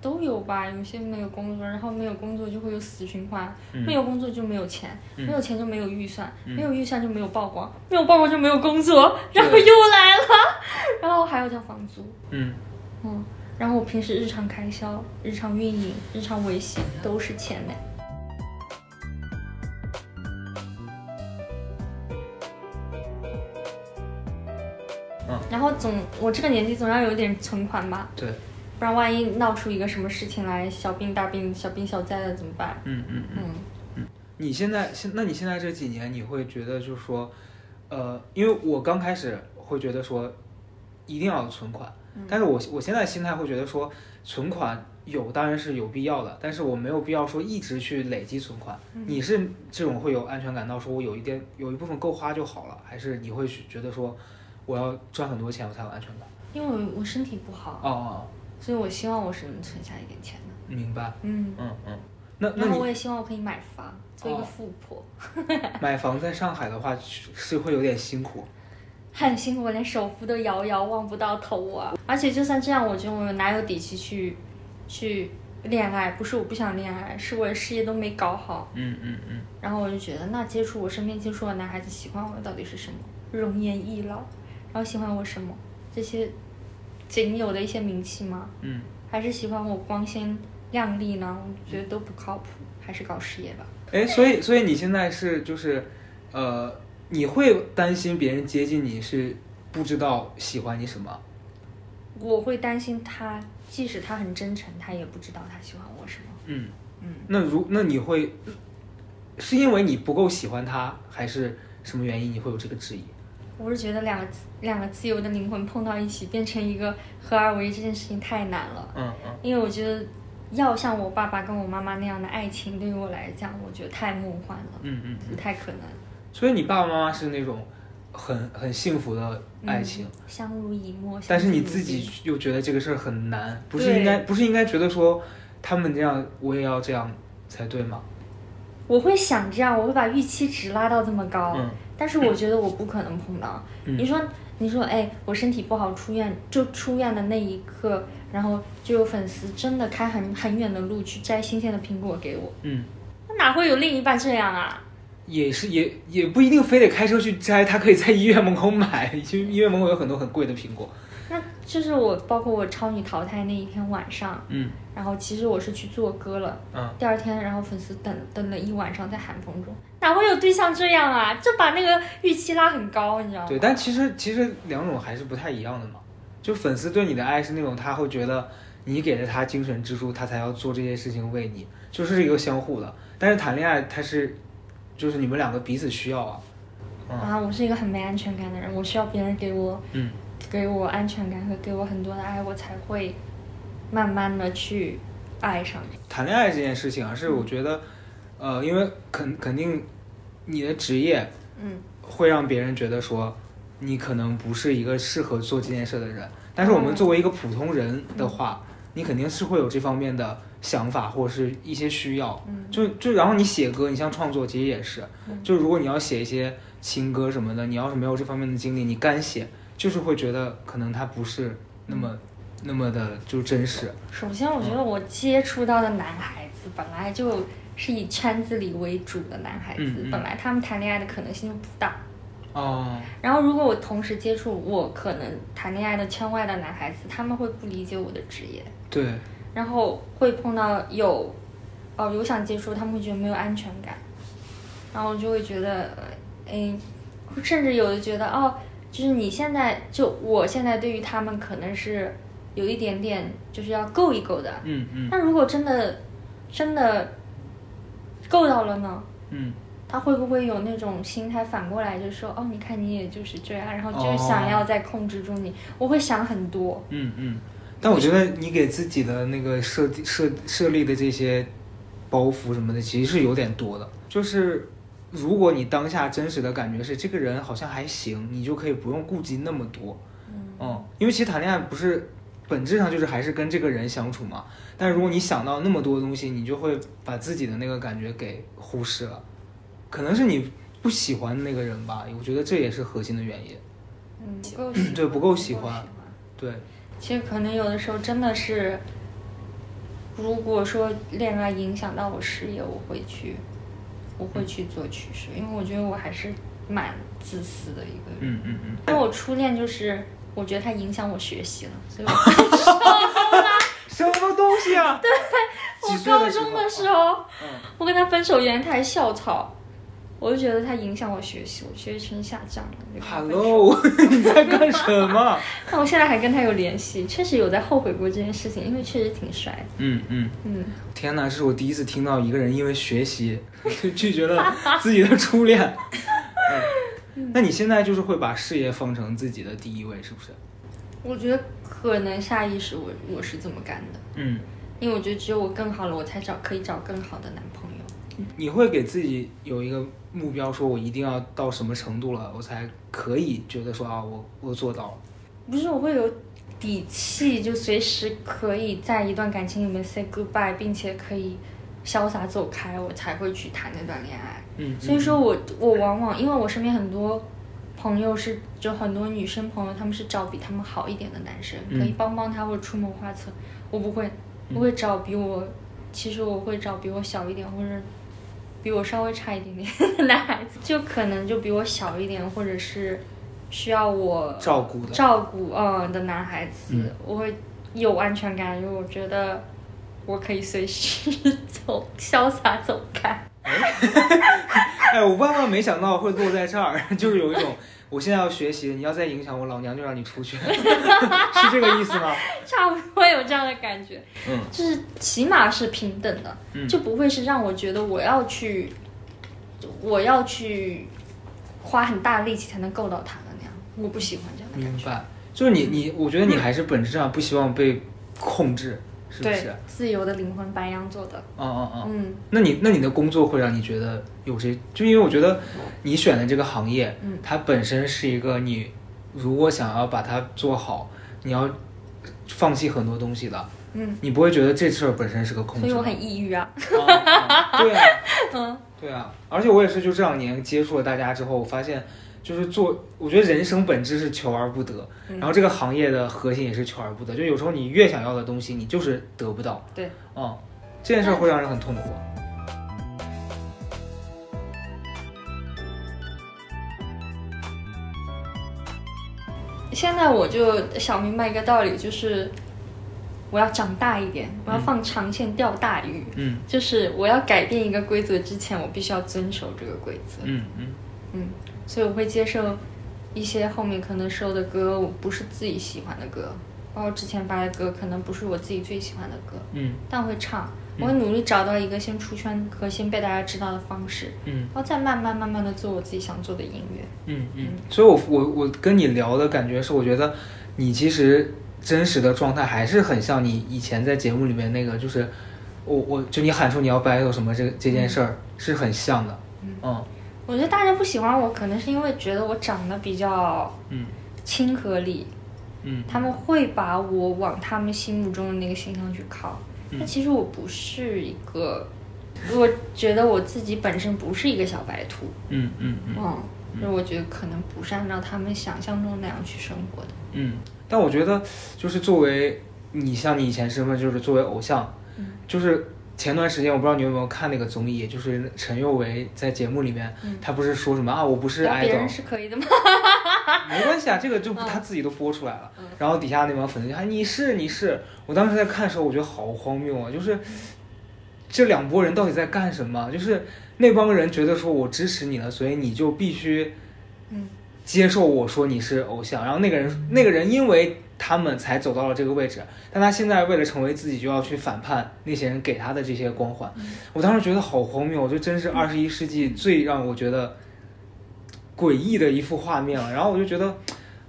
Speaker 2: 都有吧，有些没有工作，然后没有工作就会有死循环，
Speaker 1: 嗯
Speaker 2: 没有工作就没有钱，
Speaker 1: 嗯
Speaker 2: 没有钱就没有预算，
Speaker 1: 嗯
Speaker 2: 没有预算就没有曝光，没有曝光就没有工作，
Speaker 1: 对
Speaker 2: 然后又来了， 然后还有交房租，
Speaker 1: 嗯，
Speaker 2: 嗯，然后我平时日常开销、日常运营、日常维系都是钱嘞。
Speaker 1: 嗯
Speaker 2: 然后总我这个年纪总要有一点存款吧，
Speaker 1: 对，
Speaker 2: 不然万一闹出一个什么事情来，小病大病、小病小灾的怎么办？
Speaker 1: 嗯嗯嗯。
Speaker 2: 嗯，
Speaker 1: 你现在现那你现在这几年，你会觉得就是说，呃，因为我刚开始会觉得说，一定要有存款，
Speaker 2: 嗯
Speaker 1: 但是我我现在心态会觉得说，存款有当然是有必要的，但是我没有必要说一直去累积存款。
Speaker 2: 嗯
Speaker 1: 你是这种会有安全感到说我有一点有一部分够花就好了，还是你会去觉得说，我要赚很多钱我才有安全感？
Speaker 2: 因为我我身体不好，
Speaker 1: 哦哦，
Speaker 2: 所以我希望我是能存下一点钱的。
Speaker 1: 哦明白。
Speaker 2: 嗯，
Speaker 1: 嗯嗯，那那
Speaker 2: 然后
Speaker 1: 你
Speaker 2: 我也希望我可以买房，做一个
Speaker 1: 哦
Speaker 2: 富婆。
Speaker 1: 买房在上海的话是是会有点辛苦。
Speaker 2: 很辛苦，我连首付都遥遥望不到头啊！而且就算这样，我觉得我哪有底气去去恋爱？不是我不想恋爱，是我的事业都没搞好。
Speaker 1: 嗯嗯嗯。
Speaker 2: 然后我就觉得，那接触我身边接触的男孩子喜欢我的到底是什么？容颜易老，然后喜欢我什么？这些仅有的一些名气吗？
Speaker 1: 嗯
Speaker 2: 还是喜欢我光鲜亮丽呢？我觉得都不靠谱，还是搞事业吧。，
Speaker 1: 哎，所以所以你现在是就是，呃，你会担心别人接近你是不知道喜欢你什么？
Speaker 2: 我会担心他，即使他很真诚，他也不知道他喜欢我什么。
Speaker 1: 嗯
Speaker 2: 嗯。
Speaker 1: 那如那你会是因为你不够喜欢他，还是什么原因你会有这个质疑？
Speaker 2: 我是觉得两个自两个自由的灵魂碰到一起，变成一个合二为一这件事情太难了。
Speaker 1: 嗯嗯
Speaker 2: 因为我觉得要像我爸爸跟我妈妈那样的爱情，对于我来讲，我觉得太梦幻了，
Speaker 1: 嗯嗯
Speaker 2: 不
Speaker 1: 嗯。
Speaker 2: 太可能。
Speaker 1: 所以你爸爸妈妈是那种很很幸福的爱情，
Speaker 2: 嗯相濡以沫，
Speaker 1: 但是你
Speaker 2: 相敬如
Speaker 1: 自己
Speaker 2: 宾
Speaker 1: 又觉得这个事儿很难，不是
Speaker 2: 对
Speaker 1: 应该不是应该觉得说他们这样我也要这样才对吗？
Speaker 2: 我会想这样，我会把预期值拉到这么高，
Speaker 1: 嗯
Speaker 2: 但是我觉得我不可能碰到。
Speaker 1: 嗯
Speaker 2: 你说，你说，哎，我身体不好出院，就出院的那一刻，然后就有粉丝真的开很很远的路去摘新鲜的苹果给我，
Speaker 1: 嗯。
Speaker 2: 那哪会有另一半这样啊？
Speaker 1: 也是也也不一定非得开车去摘，他可以在医院门口买， 其实医院门口有很多很贵的苹果。
Speaker 2: 那就是我，包括我超女淘汰那一天晚上，
Speaker 1: 嗯
Speaker 2: 然后其实我是去做歌了。
Speaker 1: 嗯，
Speaker 2: 第二天，然后粉丝等等了一晚上，在寒风中，哪会有对象这样啊？就把那个预期拉很高，你知道吗？
Speaker 1: 对，但其实其实两种还是不太一样的嘛。就粉丝对你的爱是那种他会觉得你给了他精神支柱，他才要做这些事情为你，就是一个相互的。但是谈恋爱，他是就是你们两个彼此需要啊。
Speaker 2: 啊，我是一个很没安全感的人，我需要别人给我
Speaker 1: 嗯
Speaker 2: 给我安全感和给我很多的爱，我才会慢慢的去爱上你。
Speaker 1: 谈恋爱这件事情啊，是我觉得，呃，因为肯肯定你的职业
Speaker 2: 嗯，
Speaker 1: 会让别人觉得说你可能不是一个适合做这件事的人。但是我们作为一个普通人的话，你肯定是会有这方面的想法或者是一些需要。
Speaker 2: 嗯
Speaker 1: 就就然后你写歌，你像创作其实也是，
Speaker 2: 嗯
Speaker 1: 就如果你要写一些情歌什么的，你要是没有这方面的经历，你干写就是会觉得可能它不是那么、那么的就真实。
Speaker 2: 首先我觉得我接触到的男孩子本来就是以圈子里为主的男孩子，
Speaker 1: 嗯嗯
Speaker 2: 本来他们谈恋爱的可能性就不大。
Speaker 1: 哦，
Speaker 2: 然后如果我同时接触我可能谈恋爱的圈外的男孩子，他们会不理解我的职业，
Speaker 1: 对，
Speaker 2: 然后会碰到有，哦有想接触，他们会觉得没有安全感，然后就会觉得，哎，甚至有的觉得哦，就是你现在就我现在对于他们可能是有一点点就是要够一够的，
Speaker 1: 嗯嗯
Speaker 2: 那如果真的真的够到了呢？
Speaker 1: 嗯，
Speaker 2: 他会不会有那种心态反过来，就是说，哦，你看你也就是这样，然后就
Speaker 1: 哦
Speaker 2: 是想要在控制住你，我会想很多。
Speaker 1: 嗯嗯，但我觉得你给自己的那个设计设设立的这些包袱什么的，其实是有点多的。就是如果你当下真实的感觉是这个人好像还行，你就可以不用顾及那么多。嗯，因为其实谈恋爱不是本质上就是还是跟这个人相处嘛。但如果你想到那么多东西，你就会把自己的那个感觉给忽视了。可能是你不喜欢那个人吧，我觉得这也是核心的原因。
Speaker 2: 嗯，不够喜欢，
Speaker 1: 对不够喜欢
Speaker 2: 不够
Speaker 1: 对，
Speaker 2: 其实可能有的时候真的是，如果说恋爱影响到我事业，我会去，我会去做取舍，因为我觉得我还是蛮自私的一个人。
Speaker 1: 嗯嗯嗯。
Speaker 2: 因为我初恋就是，我觉得它影响我学习了，所以我。
Speaker 1: 什么东西 啊？对，
Speaker 2: 我高中的时候，
Speaker 1: 嗯
Speaker 2: 我跟他分手，原因他还校草，我就觉得他影响我学习，我学习成下降了。就跟他分手
Speaker 1: ，Hello，你 在干什么？
Speaker 2: 但我现在还跟他有联系，确实有在后悔过这件事情，因为确实挺帅的。
Speaker 1: 嗯嗯，
Speaker 2: 嗯，
Speaker 1: 天哪，这是我第一次听到一个人因为学 习就拒绝了自己的初 恋。嗯，那你现在就是会把事业放成自己的第一位，是不是？
Speaker 2: 我觉得可能下意识我我是这么干的，
Speaker 1: 嗯，
Speaker 2: 因为我觉得只有我更好了，我才找可以找更好的男朋友。
Speaker 1: 你会给自己有一个目标，说我一定要到什么程度了，我才可以觉得说啊，我我做到了。
Speaker 2: 不是我会有底气，就随时可以在一段感情里面 say goodbye，并且可以潇洒走开，我才会去谈那段恋爱。
Speaker 1: 嗯，
Speaker 2: 所以说我我往往因为我身边很多朋友是就很多女生朋友，她们是找比她们好一点的男生，
Speaker 1: 嗯
Speaker 2: 可以帮帮他或者出谋划策。我不会，我会找比我，其实我会找比我小一点或者比我稍微差一点点的男孩子，就可能就比我小一点，或者是需要我
Speaker 1: 照顾的，
Speaker 2: 照顾嗯的男孩子，
Speaker 1: 嗯
Speaker 2: 我会有安全感，因为我觉得我可以随时 走，潇洒走开。
Speaker 1: 哎，我万万没想到会落在这儿， 就是有一种我现在要学习，你要再影响我，老娘就让你出去， 是这个意思吗？
Speaker 2: 差不多有这样的感觉，
Speaker 1: 嗯，
Speaker 2: 就是起码是平等的，
Speaker 1: 嗯
Speaker 2: 就不会是让我觉得我要去，我要去花很大力气才能够到他的那样，我不喜欢这样的感
Speaker 1: 明
Speaker 2: 觉。
Speaker 1: 白。就是你你，我觉得你还是本质上不希望被控制，是不是
Speaker 2: 对？，自由的灵魂，白羊座的，
Speaker 1: 嗯嗯嗯。
Speaker 2: 嗯
Speaker 1: 那你那你的工作会让你觉得有些，就因为我觉得你选的这个行业，
Speaker 2: 嗯
Speaker 1: 它本身是一个你如果想要把它做好，你要放弃很多东西的，
Speaker 2: 嗯，
Speaker 1: 你不会觉得这事儿本身是个控
Speaker 2: 所
Speaker 1: 制
Speaker 2: 以
Speaker 1: 吗。
Speaker 2: 我很抑郁啊，
Speaker 1: 啊啊对啊。
Speaker 2: 嗯，
Speaker 1: 对啊，而且我也是就这两年接触了大家之后，我发现就是做，我觉得人生本质是求而不得，
Speaker 2: 嗯
Speaker 1: 然后这个行业的核心也是求而不得，就有时候你越想要的东西，你就是得不到。
Speaker 2: 对，
Speaker 1: 嗯，这件事儿会让人很痛苦。
Speaker 2: 现在我就想明白一个道理，就是我要长大一点，我要放长线钓大鱼，
Speaker 1: 嗯
Speaker 2: 就是我要改变一个规则之前，我必须要遵守这个规则。
Speaker 1: 嗯嗯
Speaker 2: 嗯，所以我会接受一些后面可能收的歌，我不是自己喜欢的歌，包括之前发的歌，可能不是我自己最喜欢的歌，
Speaker 1: 嗯
Speaker 2: 但我会唱，我会努力找到一个先出圈和先被大家知道的方式，
Speaker 1: 嗯
Speaker 2: 然后再慢慢慢慢的做我自己想做的音乐。
Speaker 1: 嗯嗯。所以我我我跟你聊的感觉是，我觉得你其实真实的状态还是很像你以前在节目里面那个，就是我我就你喊出你要 battle 什么这这件事儿是很像的。嗯
Speaker 2: 我觉得大家不喜欢我，可能是因为觉得我长得比较
Speaker 1: 嗯
Speaker 2: 亲和力，
Speaker 1: 嗯
Speaker 2: 他们会把我往他们心目中的那个形象去靠。但其实我不是一个，我觉得我自己本身不是一个小白兔，
Speaker 1: 嗯嗯嗯
Speaker 2: 嗯，就是我觉得可能不是按照他们想象中那样去生活的。
Speaker 1: 嗯，但
Speaker 2: 嗯
Speaker 1: 我觉得就是作为你像你以前身份，就是作为偶像，就是前段时间我不知道你有没有看那个综艺，就是陈宥维在节目里面，
Speaker 2: 嗯
Speaker 1: 他不是说什么啊，我不是
Speaker 2: 聊别
Speaker 1: idol，
Speaker 2: 人是可以的吗？
Speaker 1: 没关系啊，这个就不
Speaker 2: 嗯
Speaker 1: 他自己都播出来了。
Speaker 2: 嗯
Speaker 1: 然后底下那帮粉丝就喊你是你是，我当时在看的时候，我觉得好荒谬啊！就是这两拨人到底在干什么？就是那帮人觉得说我支持你了，所以你就必须
Speaker 2: 嗯
Speaker 1: 接受我说你是偶像。然后那个人那个人因为他们才走到了这个位置，但他现在为了成为自己，就要去反叛那些人给他的这些光环。我当时觉得好荒谬，就真是二十一世纪最让我觉得诡异的一幅画面了。然后我就觉得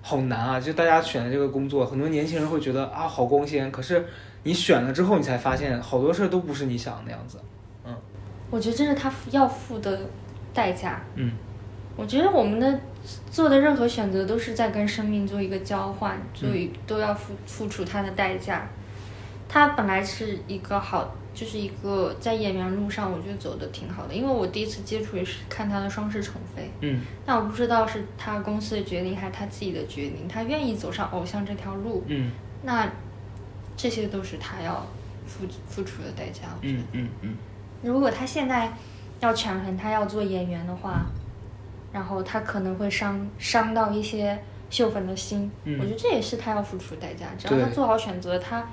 Speaker 1: 好难啊，就大家选的这个工作，很多年轻人会觉得啊好光鲜，可是你选了之后，你才发现好多事儿都不是你想的那样子。
Speaker 2: 我觉得这是他要付的代价。
Speaker 1: 嗯，
Speaker 2: 我觉得我们的做的任何选择都是在跟生命做一个交换，所以都要付付出它的代价。他本来是一个好，就是一个在演员路上，我觉得走的挺好的。因为我第一次接触也是看他的《双世宠妃》，
Speaker 1: 嗯
Speaker 2: 但我不知道是他公司的决定还是他自己的决定，他愿意走上偶像这条路，
Speaker 1: 嗯
Speaker 2: 那这些都是他要付付出的代价。我觉得
Speaker 1: 嗯嗯嗯
Speaker 2: 如果他现在要权衡他要做演员的话，然后他可能会伤伤到一些秀粉的心，
Speaker 1: 嗯
Speaker 2: 我觉得这也是他要付出的代价。只要
Speaker 1: 对
Speaker 2: 他做好选择，他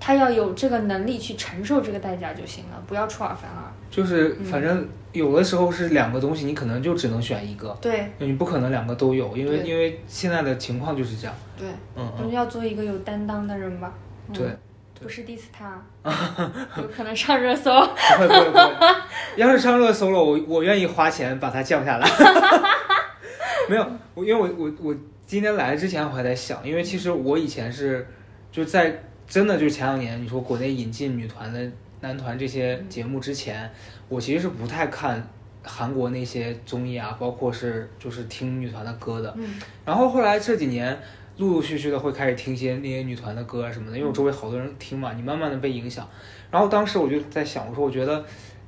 Speaker 2: 他要有这个能力去承受这个代价就行了，不要出尔反尔。
Speaker 1: 就是
Speaker 2: 嗯
Speaker 1: 反正有的时候是两个东西，你可能就只能选一个，
Speaker 2: 对
Speaker 1: 你不可能两个都有，因为
Speaker 2: 对
Speaker 1: 因为现在的情况就是这样。
Speaker 2: 对，
Speaker 1: 嗯
Speaker 2: 我
Speaker 1: 嗯
Speaker 2: 们，要做一个有担当的人吧。嗯、
Speaker 1: 对。
Speaker 2: 不是 diss 他，有可能上热搜。
Speaker 1: 不会不会不会，要是上热搜了，我我愿意花钱把它降下来。 没有，我因为我我我今天来之前我还在想，因为其实我以前是就在真的就是前两年你说国内引进女团的男团这些节目之前，我其实是不太看韩国那些综艺啊，包括是就是听女团的歌的。
Speaker 2: 嗯
Speaker 1: 然后后来这几年陆陆续续的会开始听一些那些女团的歌啊什么的，因为我周围好多人听嘛，你慢慢的被影响。然后当时我就在想，我说我觉得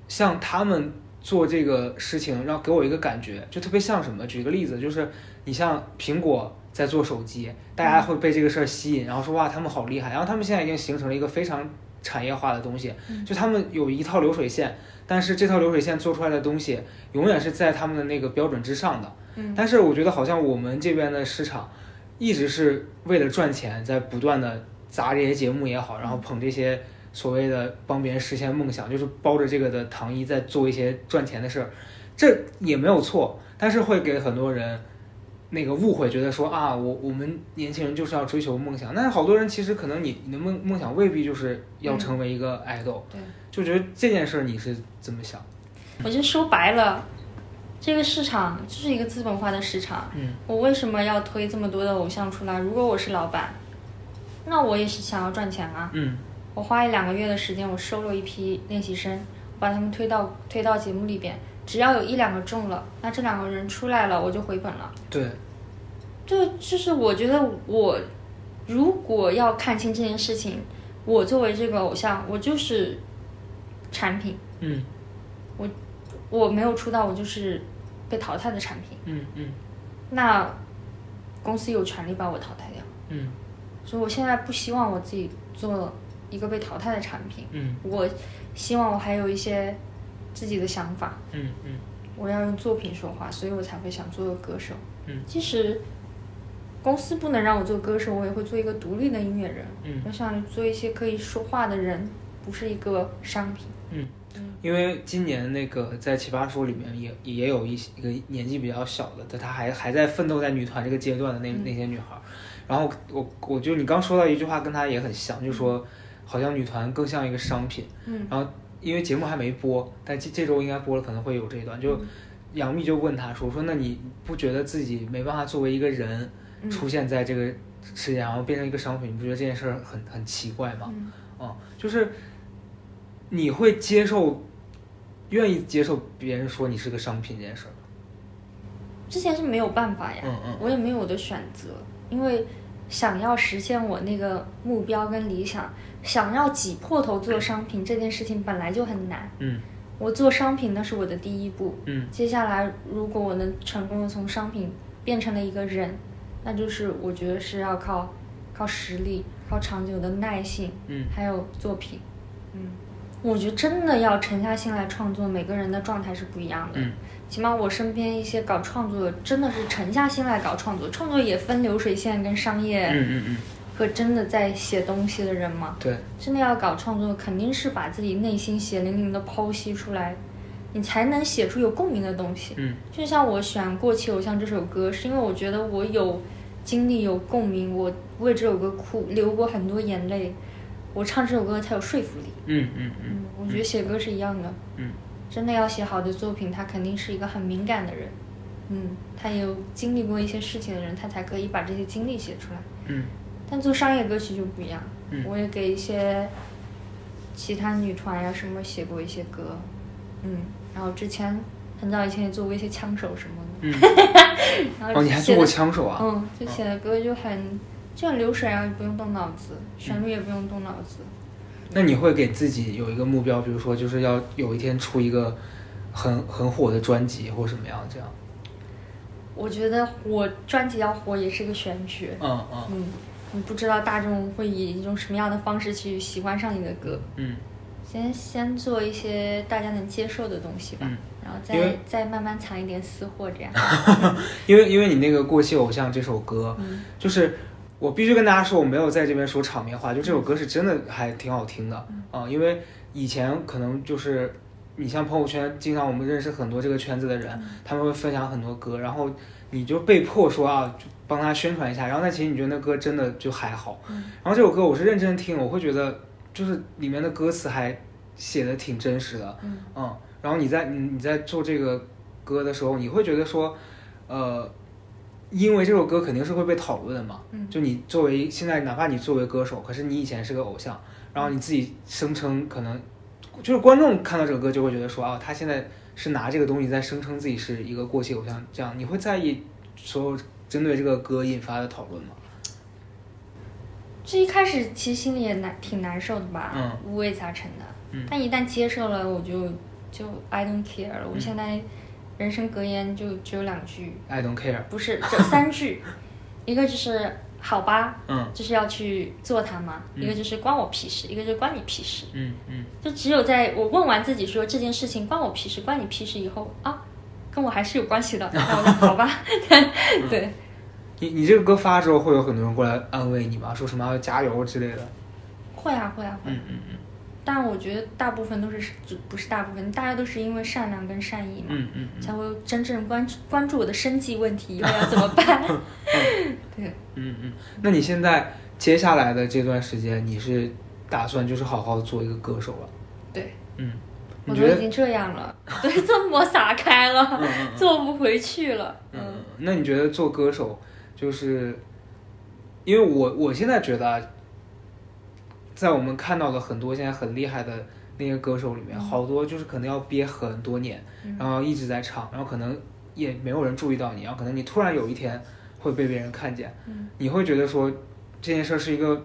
Speaker 1: 像他们做这个事情，让给我一个感觉，就特别像什么？举个例子，就是你像苹果在做手机，大家会被这个事儿吸引，然后说哇他们好厉害，然后他们现在已经形成了一个非常产业化的东西，
Speaker 2: 嗯
Speaker 1: 就他们有一套流水线，但是这套流水线做出来的东西永远是在他们的那个标准之上的。
Speaker 2: 嗯
Speaker 1: 但是我觉得好像我们这边的市场，一直是为了赚钱，在不断的砸这些节目也好，然后捧这些所谓的帮别人实现梦想，就是包着这个的糖衣在做一些赚钱的事儿，这也没有错，但是会给很多人。那个误会，觉得说啊，我我们年轻人就是要追求梦想，但是好多人其实可能你你的梦梦想未必就是要
Speaker 2: 嗯
Speaker 1: 成为一个 idol，、
Speaker 2: 对
Speaker 1: 就觉得这件事儿你是怎么想？
Speaker 2: 我就说白了，这个市场就是一个资本化的市场。
Speaker 1: 嗯
Speaker 2: 我为什么要推这么多的偶像出来？如果我是老板，那我也是想要赚钱啊。
Speaker 1: 嗯
Speaker 2: 我花一两个月的时间，我收了一批练习生，我把他们推到推到节目里边，只要有一两个中了，那这两个人出来了，我就回本了。
Speaker 1: 对，
Speaker 2: 这就是我觉得我如果要看清这件事情，我作为这个偶像，我就是产品，
Speaker 1: 嗯
Speaker 2: 我没有出道，我就是被淘汰的产品。
Speaker 1: 嗯嗯
Speaker 2: 那公司有权利把我淘汰掉，
Speaker 1: 嗯
Speaker 2: 所以我现在不希望我自己做一个被淘汰的产品，
Speaker 1: 嗯
Speaker 2: 我希望我还有一些自己的想法，
Speaker 1: 嗯嗯
Speaker 2: 我要用作品说话，所以我才会想做个歌手。
Speaker 1: 嗯，
Speaker 2: 即使公司不能让我做歌手，我也会做一个独立的音乐人，
Speaker 1: 嗯。
Speaker 2: 我想做一些可以说话的人，不是一个商品。嗯
Speaker 1: 因为今年那个在《奇葩说》里面也也有一些一个年纪比较小的，但她还还在奋斗在女团这个阶段的那
Speaker 2: 嗯
Speaker 1: 那些女孩儿，然后我我就你刚说到一句话跟她也很像，就说好像女团更像一个商品，
Speaker 2: 嗯
Speaker 1: 然后因为节目还没播，但这这周应该播了，可能会有这一段。就
Speaker 2: 嗯
Speaker 1: 杨幂就问她说说那你不觉得自己没办法作为一个人
Speaker 2: 嗯
Speaker 1: 出现在这个世界，然后变成一个商品，你不觉得这件事儿很很奇怪吗？
Speaker 2: 嗯
Speaker 1: 嗯，就是你会接受，愿意接受别人说你是个商品这件事儿吗。
Speaker 2: 之前是没有办法呀，
Speaker 1: 嗯嗯
Speaker 2: 我也没有我的选择，因为想要实现我那个目标跟理想，想要挤破头做商品这件事情本来就很难。
Speaker 1: 嗯
Speaker 2: 我做商品那是我的第一步，
Speaker 1: 嗯
Speaker 2: 接下来如果我能成功的从商品变成了一个人，那就是我觉得是要靠靠实力、靠长久的耐性，
Speaker 1: 嗯
Speaker 2: 还有作品，嗯，我觉得真的要沉下心来创作，每个人的状态是不一样的。
Speaker 1: 嗯
Speaker 2: 起码我身边一些搞创作的，真的是沉下心来搞创作，创作也分流水线跟商业
Speaker 1: 嗯嗯嗯，
Speaker 2: 和真的在写东西的人嘛。
Speaker 1: 对，
Speaker 2: 真的要搞创作，肯定是把自己内心血淋淋的剖析出来，你才能写出有共鸣的东西。
Speaker 1: 嗯
Speaker 2: 就像我选《过气偶像》这首歌，是因为我觉得我有经历、有共鸣，我为这首歌哭，流过很多眼泪，我唱这首歌才有说服力。
Speaker 1: 嗯嗯嗯
Speaker 2: 嗯，我觉得写歌是一样的。
Speaker 1: 嗯，
Speaker 2: 真的要写好的作品，他肯定是一个很敏感的人。嗯，他也有经历过一些事情的人，他才可以把这些经历写出来。
Speaker 1: 嗯
Speaker 2: 但做商业歌曲就不一样。
Speaker 1: 嗯
Speaker 2: 我也给一些其他女团呀、啊什么写过一些歌，嗯，然后之前很早以前也做过一些枪手什么的，
Speaker 1: 嗯。
Speaker 2: 然后
Speaker 1: 哦，你还做
Speaker 2: 写的
Speaker 1: 过枪手啊？
Speaker 2: 嗯，就写的歌就很就很流水啊，不用动脑子，旋律也不用动脑子。
Speaker 1: 那你会给自己有一个目标，比如说就是要有一天出一个很很火的专辑或什么样这样？
Speaker 2: 我觉得我专辑要火也是个玄学，
Speaker 1: 嗯嗯
Speaker 2: 嗯，你不知道大众会以一种什么样的方式去喜欢上你的歌，
Speaker 1: 嗯
Speaker 2: 先先做一些大家能接受的东西吧，
Speaker 1: 嗯
Speaker 2: 然后
Speaker 1: 因
Speaker 2: 再
Speaker 1: 为啊
Speaker 2: 再慢慢藏一点私货，这样。
Speaker 1: 因为因为你那个《过气偶像》这首歌，
Speaker 2: 嗯
Speaker 1: 就是我必须跟大家说，我没有在这边说场面话，就这首歌是真的还挺好听的啊、
Speaker 2: 嗯
Speaker 1: 因为以前可能就是你像朋友圈，经常我们认识很多这个圈子的人，
Speaker 2: 嗯
Speaker 1: 他们会分享很多歌，然后你就被迫说啊，就帮他宣传一下，然后但其实你觉得那歌真的就还好，
Speaker 2: 嗯
Speaker 1: 然后这首歌我是认真听，我会觉得就是里面的歌词还写的挺真实的，
Speaker 2: 嗯
Speaker 1: 嗯，然后你在你你在做这个歌的时候，你会觉得说，呃，因为这首歌肯定是会被讨论的嘛，
Speaker 2: 嗯
Speaker 1: 就你作为现在，哪怕你作为歌手，可是你以前是个偶像，然后你自己声称可能，就是观众看到这个歌就会觉得说啊，他现在是拿这个东西在声称自己是一个过气偶像，这样你会在意所有针对这个歌引发的讨论吗？
Speaker 2: 这一开始其实心里也难，挺难受的吧，
Speaker 1: 嗯
Speaker 2: 五味杂陈的。
Speaker 1: 嗯
Speaker 2: 但一旦接受了，我就就 I don't care 了。我
Speaker 1: 嗯
Speaker 2: 现在人生格言就只有两句，
Speaker 1: ？I don't care。
Speaker 2: 不是，就 三句，一个就是好吧，
Speaker 1: 嗯
Speaker 2: 就是要去做它嘛；
Speaker 1: 嗯
Speaker 2: 一个就是关我屁事，一个就是关你屁事。
Speaker 1: 嗯嗯
Speaker 2: 就只有在我问完自己说这件事情关我屁事，关你屁事以后啊，跟我还是有 关系的，那我就好吧。
Speaker 1: 嗯
Speaker 2: 对，
Speaker 1: 你你这个歌发之后，会有很多人过来安慰你吗？说什么啊加油之类的？
Speaker 2: 会啊会啊会啊。
Speaker 1: 嗯嗯嗯
Speaker 2: 但我觉得大部分都是就不是大部分，大家都是因为善良跟善意嘛，
Speaker 1: 嗯嗯嗯。
Speaker 2: 才会真正关注关注我的生计问题以后要 怎么办。对，
Speaker 1: 嗯，嗯，那你现在接下来的这段时间，你是打算就是好好做一个歌手了？
Speaker 2: 对，
Speaker 1: 嗯，
Speaker 2: 我
Speaker 1: 你
Speaker 2: 都
Speaker 1: 觉
Speaker 2: 已
Speaker 1: 得？
Speaker 2: 经这样了，对，这么撒开了，做不回去了。
Speaker 1: 嗯，那你觉得做歌手就是，因为我我现在觉得啊，在我们看到的很多现在很厉害的那些歌手里面，好多就是可能要憋很多年，然后一直在唱，然后可能也没有人注意到你，然后可能你突然有一天会被别人看见，
Speaker 2: 嗯
Speaker 1: 你会觉得说这件事儿是一个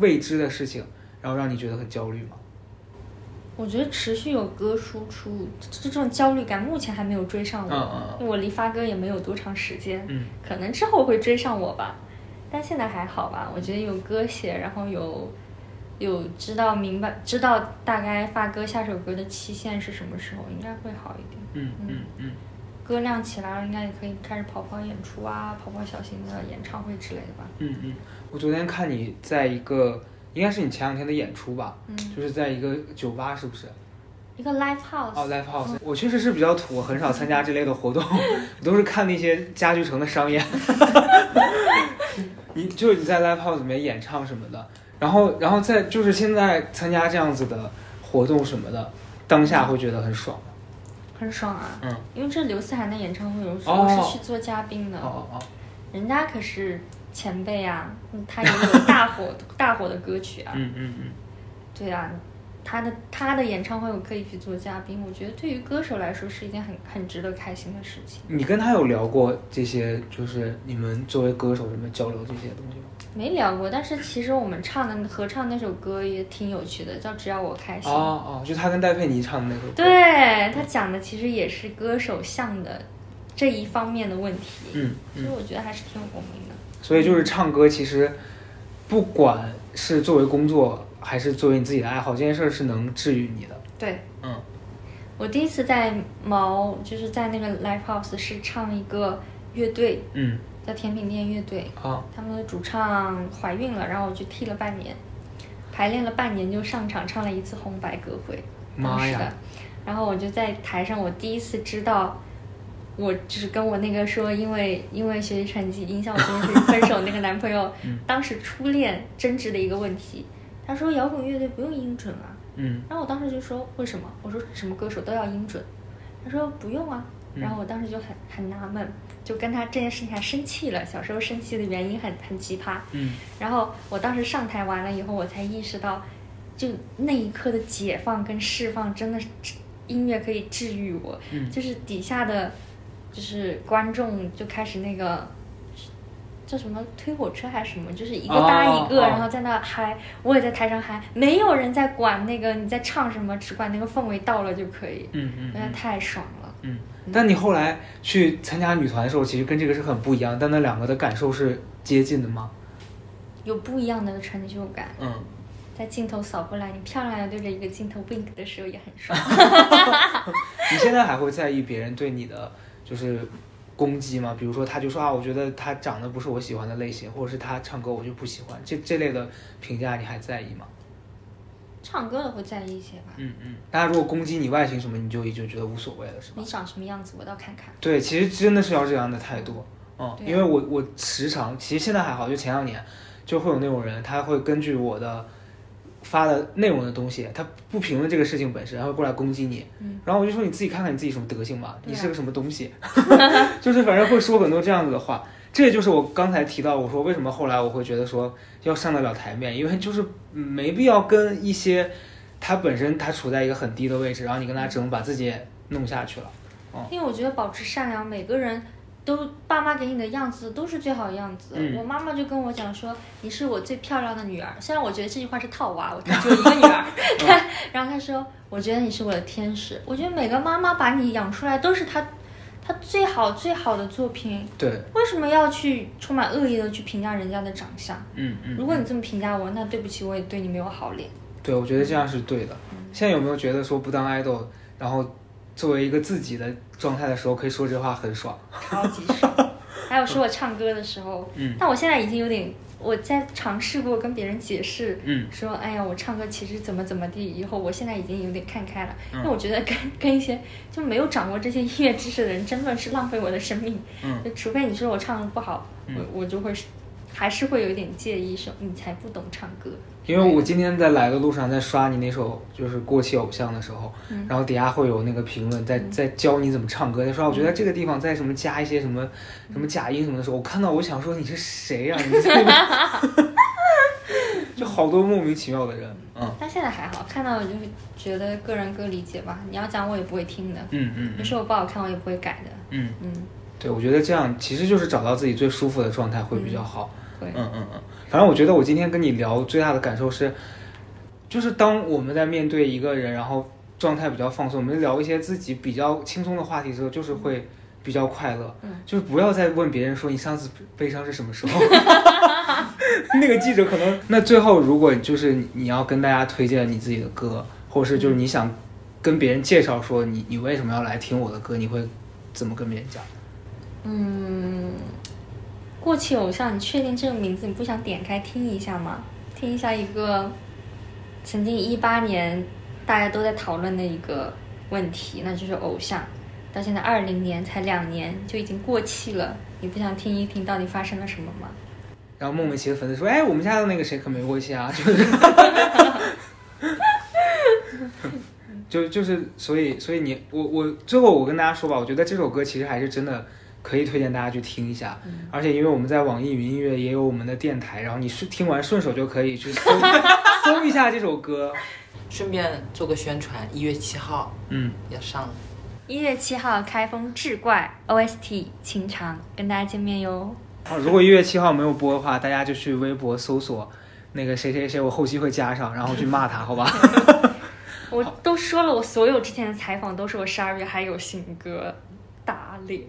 Speaker 1: 未知的事情，然后让你觉得很焦虑吗？
Speaker 2: 我觉得持续有歌输出，这这种焦虑感目前还没有追上我。
Speaker 1: 嗯
Speaker 2: 我离发哥也没有多长时间，
Speaker 1: 嗯
Speaker 2: 可能之后会追上我吧，但现在还好吧。我觉得有歌写，然后有有知道明白，知道大概发哥下首歌的期限是什么时候，应该会好一点。
Speaker 1: 嗯嗯嗯
Speaker 2: 歌量起来了，应该也可以开始跑跑演出啊，跑跑小型的演唱会之类的吧。
Speaker 1: 嗯嗯。我昨天看你在一个，应该是你前两天的演出吧，
Speaker 2: 嗯，
Speaker 1: 就是在一个酒吧，是不是？
Speaker 2: 一个 live
Speaker 1: 哦
Speaker 2: house，
Speaker 1: ，live house。我确实是比较土，我很少参加这类的活动， 我都是看那些家具城的商演。 你就是你在 live house 里面演唱什么的，然后然后在就是现在参加这样子的活动什么的，当下会觉得很爽吗。
Speaker 2: 很爽啊。
Speaker 1: 嗯。
Speaker 2: 因为这刘思涵的演唱会，我是
Speaker 1: 哦
Speaker 2: 我是去做嘉宾的。
Speaker 1: 哦哦哦。
Speaker 2: 人家可是前辈啊，嗯他也有大火大火的歌曲啊，
Speaker 1: 嗯嗯嗯。
Speaker 2: 对啊，他的他的演唱会我可以去做嘉宾，我觉得对于歌手来说是一件很很值得开心的事情。
Speaker 1: 你跟他有聊过这些，就是你们作为歌手什么交流这些东西吗？
Speaker 2: 没聊过，但是其实我们唱的合唱那首歌也挺有趣的，叫《只要我开心》。
Speaker 1: 哦哦，就他跟戴佩妮唱的那首歌。
Speaker 2: 对他讲的其实也是歌手向的这一方面的问题，
Speaker 1: 嗯
Speaker 2: 所以
Speaker 1: 嗯，
Speaker 2: 我觉得还是挺有共鸣的。
Speaker 1: 所以就是唱歌，其实不管是作为工作还是作为你自己的爱好，这件事儿是能治愈你的。
Speaker 2: 对，
Speaker 1: 嗯，
Speaker 2: 我第一次在毛就是在那个 live house 是唱一个乐队
Speaker 1: 嗯，
Speaker 2: 叫甜品店乐队，
Speaker 1: 好，
Speaker 2: 他们的主唱怀孕了，然后我去替了半年，排练了半年就上场唱了一次《红白歌会》，当
Speaker 1: 妈
Speaker 2: 时
Speaker 1: 呀
Speaker 2: 的，，然后我就在台上，我第一次知道。我就是跟我那个说，因为因为学习成绩影响我这件事情分手那个男朋友，
Speaker 1: 嗯
Speaker 2: 当时初恋争执的一个问题。他说摇滚乐队不用音准啊，
Speaker 1: 嗯
Speaker 2: 然后我当时就说为什么？我说什么歌手都要音准，他说不用啊。然后我当时就很很纳闷，就跟他这件事情还生气了。小时候生气的原因很很奇葩。
Speaker 1: 嗯，
Speaker 2: 然后我当时上台完了以后，我才意识到，就那一刻的解放跟释放，真的是音乐可以治愈我。
Speaker 1: 嗯
Speaker 2: 就是底下的，就是观众就开始那个。叫什么推火车还是什么，就是一个搭一个，
Speaker 1: 哦哦
Speaker 2: 然后在那嗨，我也在台上嗨，没有人在管那个你在唱什么，只管那个氛围到了就可以，
Speaker 1: 嗯嗯
Speaker 2: 那
Speaker 1: 嗯
Speaker 2: 太爽了。
Speaker 1: 嗯。但你后来去参加女团的时候，其实跟这个是很不一样，但那两个的感受是接近的吗？
Speaker 2: 有不一样的成就感，
Speaker 1: 嗯，
Speaker 2: 在镜头扫过来，你漂亮的对着一个镜头 wink 的时候也很爽。
Speaker 1: 你现在还会在意别人对你的就是攻击吗？比如说，他就说啊，我觉得他长得不是我喜欢的类型，或者是他唱歌我就不喜欢，这这类的评价你还在意吗？
Speaker 2: 唱歌的会在意一些吧，
Speaker 1: 嗯嗯。大家如果攻击你外形什么，你就就觉得无所谓了，是吧
Speaker 2: 你？长什么样子我倒看看。
Speaker 1: 对，其实真的是要这样的态度，嗯，
Speaker 2: 对啊
Speaker 1: 因为我我时常其实现在还好，就前两年就会有那种人，他会根据我的发的内容的东西，他不评论这个事情本身，他会过来攻击你，
Speaker 2: 嗯
Speaker 1: 然后我就说你自己看看你自己什么德行吧，
Speaker 2: 对啊
Speaker 1: 你是个什么东 西， 就是反正会说很多这样子的话。这也就是我刚才提到，我说为什么后来我会觉得说要上得了台面，因为就是没必要跟一些他本身他处在一个很低的位置，然后你跟他争，把自己也弄下去了。嗯哦
Speaker 2: 因为我觉得保持善良，每个人都爸妈给你的样子都是最好的样子。
Speaker 1: 嗯
Speaker 2: 我妈妈就跟我讲说：“你是我最漂亮的女儿。”虽然我觉得这句话是套娃，我她只有一个女 儿。她然后她说：“我觉得你是我的天使。”我觉得每个妈妈把你养出来都是她，她最好最好的作品。
Speaker 1: 对，
Speaker 2: 为什么要去充满恶意的去评价人家的长相？
Speaker 1: 嗯嗯。
Speaker 2: 如果你这么评价我，那对不起，我也对你没有好脸。
Speaker 1: 对，我觉得这样是对的。现在有没有觉得说不当爱豆，然后作为一个自己的状态的时候，可以说这话很爽？
Speaker 2: 超级 爽。还有说我唱歌的时候，
Speaker 1: 嗯
Speaker 2: 但我现在已经有点，我在尝试过跟别人解释，
Speaker 1: 嗯
Speaker 2: 说哎呀，我唱歌其实怎么怎么地，以后我现在已经有点看开了，
Speaker 1: 嗯
Speaker 2: 因为我觉得跟跟一些就没有掌握这些音乐知识的人争论是浪费我的生命，
Speaker 1: 嗯
Speaker 2: 就除非你说我唱的不好，
Speaker 1: 嗯
Speaker 2: 我我就会是还是会有一点介意，说你才不懂唱歌，
Speaker 1: 因为我今天在来的路上，在刷你那首就是过气偶像的时候，
Speaker 2: 嗯
Speaker 1: 然后底下会有那个评论在在教你怎么唱歌，在说啊我觉得这个地方在什么加一些什么什么假音什么的时候，我看到我想说你是谁呀、你在那边就好多莫名其妙的人，嗯
Speaker 2: 但现在还好，看到我就会觉得个人各理解吧，你要讲我也不会听的，
Speaker 1: 嗯嗯
Speaker 2: 你说我不好看我也不会改的，
Speaker 1: 嗯，
Speaker 2: 嗯，
Speaker 1: 对，我觉得这样其实就是找到自己最舒服的状态会比较好。
Speaker 2: 对，
Speaker 1: 嗯嗯嗯，反正我觉得我今天跟你聊最大的感受是，就是当我们在面对一个人，然后状态比较放松，我们聊一些自己比较轻松的话题的时候，就是会比较快乐。
Speaker 2: 嗯
Speaker 1: 就是不要再问别人说你上次悲伤是什么时候。 那个记者可能那最后，如果就是你要跟大家推荐你自己的歌，或者是就是你想跟别人介绍说你你为什么要来听我的歌，你会怎么跟别人讲？
Speaker 2: 嗯，过气偶像，你确定这个名字你不想点开听一下吗？听一下一个曾经一八年大家都在讨论的一个问题，那就是偶像，到现在二零年才两年就已经过气了，你不想听一听到底发生了什么吗？
Speaker 1: 然后孟美岐的粉丝说：“哎，我们家的那个谁可没过期啊！” 就是，就就是，所以所以你我我最后我跟大家说吧，我觉得这首歌其实还是真的可以推荐大家去听一下，而且因为我们在网易云音乐也有我们的电台，然后你是听完 顺手就可以去搜搜一下这首歌，
Speaker 3: 顺便做个宣传，一月七号
Speaker 1: 嗯，
Speaker 3: 要上了。
Speaker 2: 一月七号开封志怪 OST 情长跟大家见面哟。
Speaker 1: 啊，如果一月七号没有播的话，大家就去微博搜索那个谁谁谁，我后期会加上，然后去骂他，好吧？
Speaker 2: 我都说了，我所有之前的采访都是我十二月还有新歌，打脸。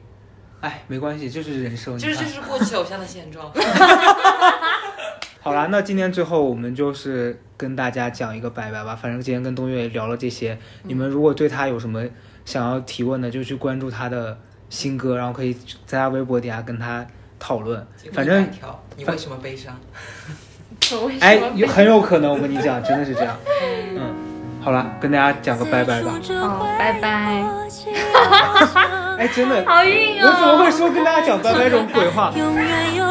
Speaker 1: 哎，没关系，这是人生，你
Speaker 3: 就是
Speaker 1: 看
Speaker 3: 这是 过气偶像的现状。
Speaker 1: 好啦，那今天最后我们就是跟大家讲一个拜拜吧。反正今天跟东岳聊了这些，你们如果对他有什么想要提问的，就去关注他的新歌，然后可以在他微博底下跟他讨论。反正
Speaker 3: 条你为什么悲伤？
Speaker 2: 我为
Speaker 1: 哎
Speaker 2: 什么，
Speaker 1: 有
Speaker 2: 被
Speaker 1: 很有可能，我跟你讲，真的是这样。嗯，好了，跟大家讲个拜拜吧。
Speaker 2: 哦拜拜。
Speaker 1: 哎，真的，
Speaker 2: 好 硬哦？
Speaker 1: 我怎么会说跟大家讲拜拜这种鬼话？
Speaker 4: 永远有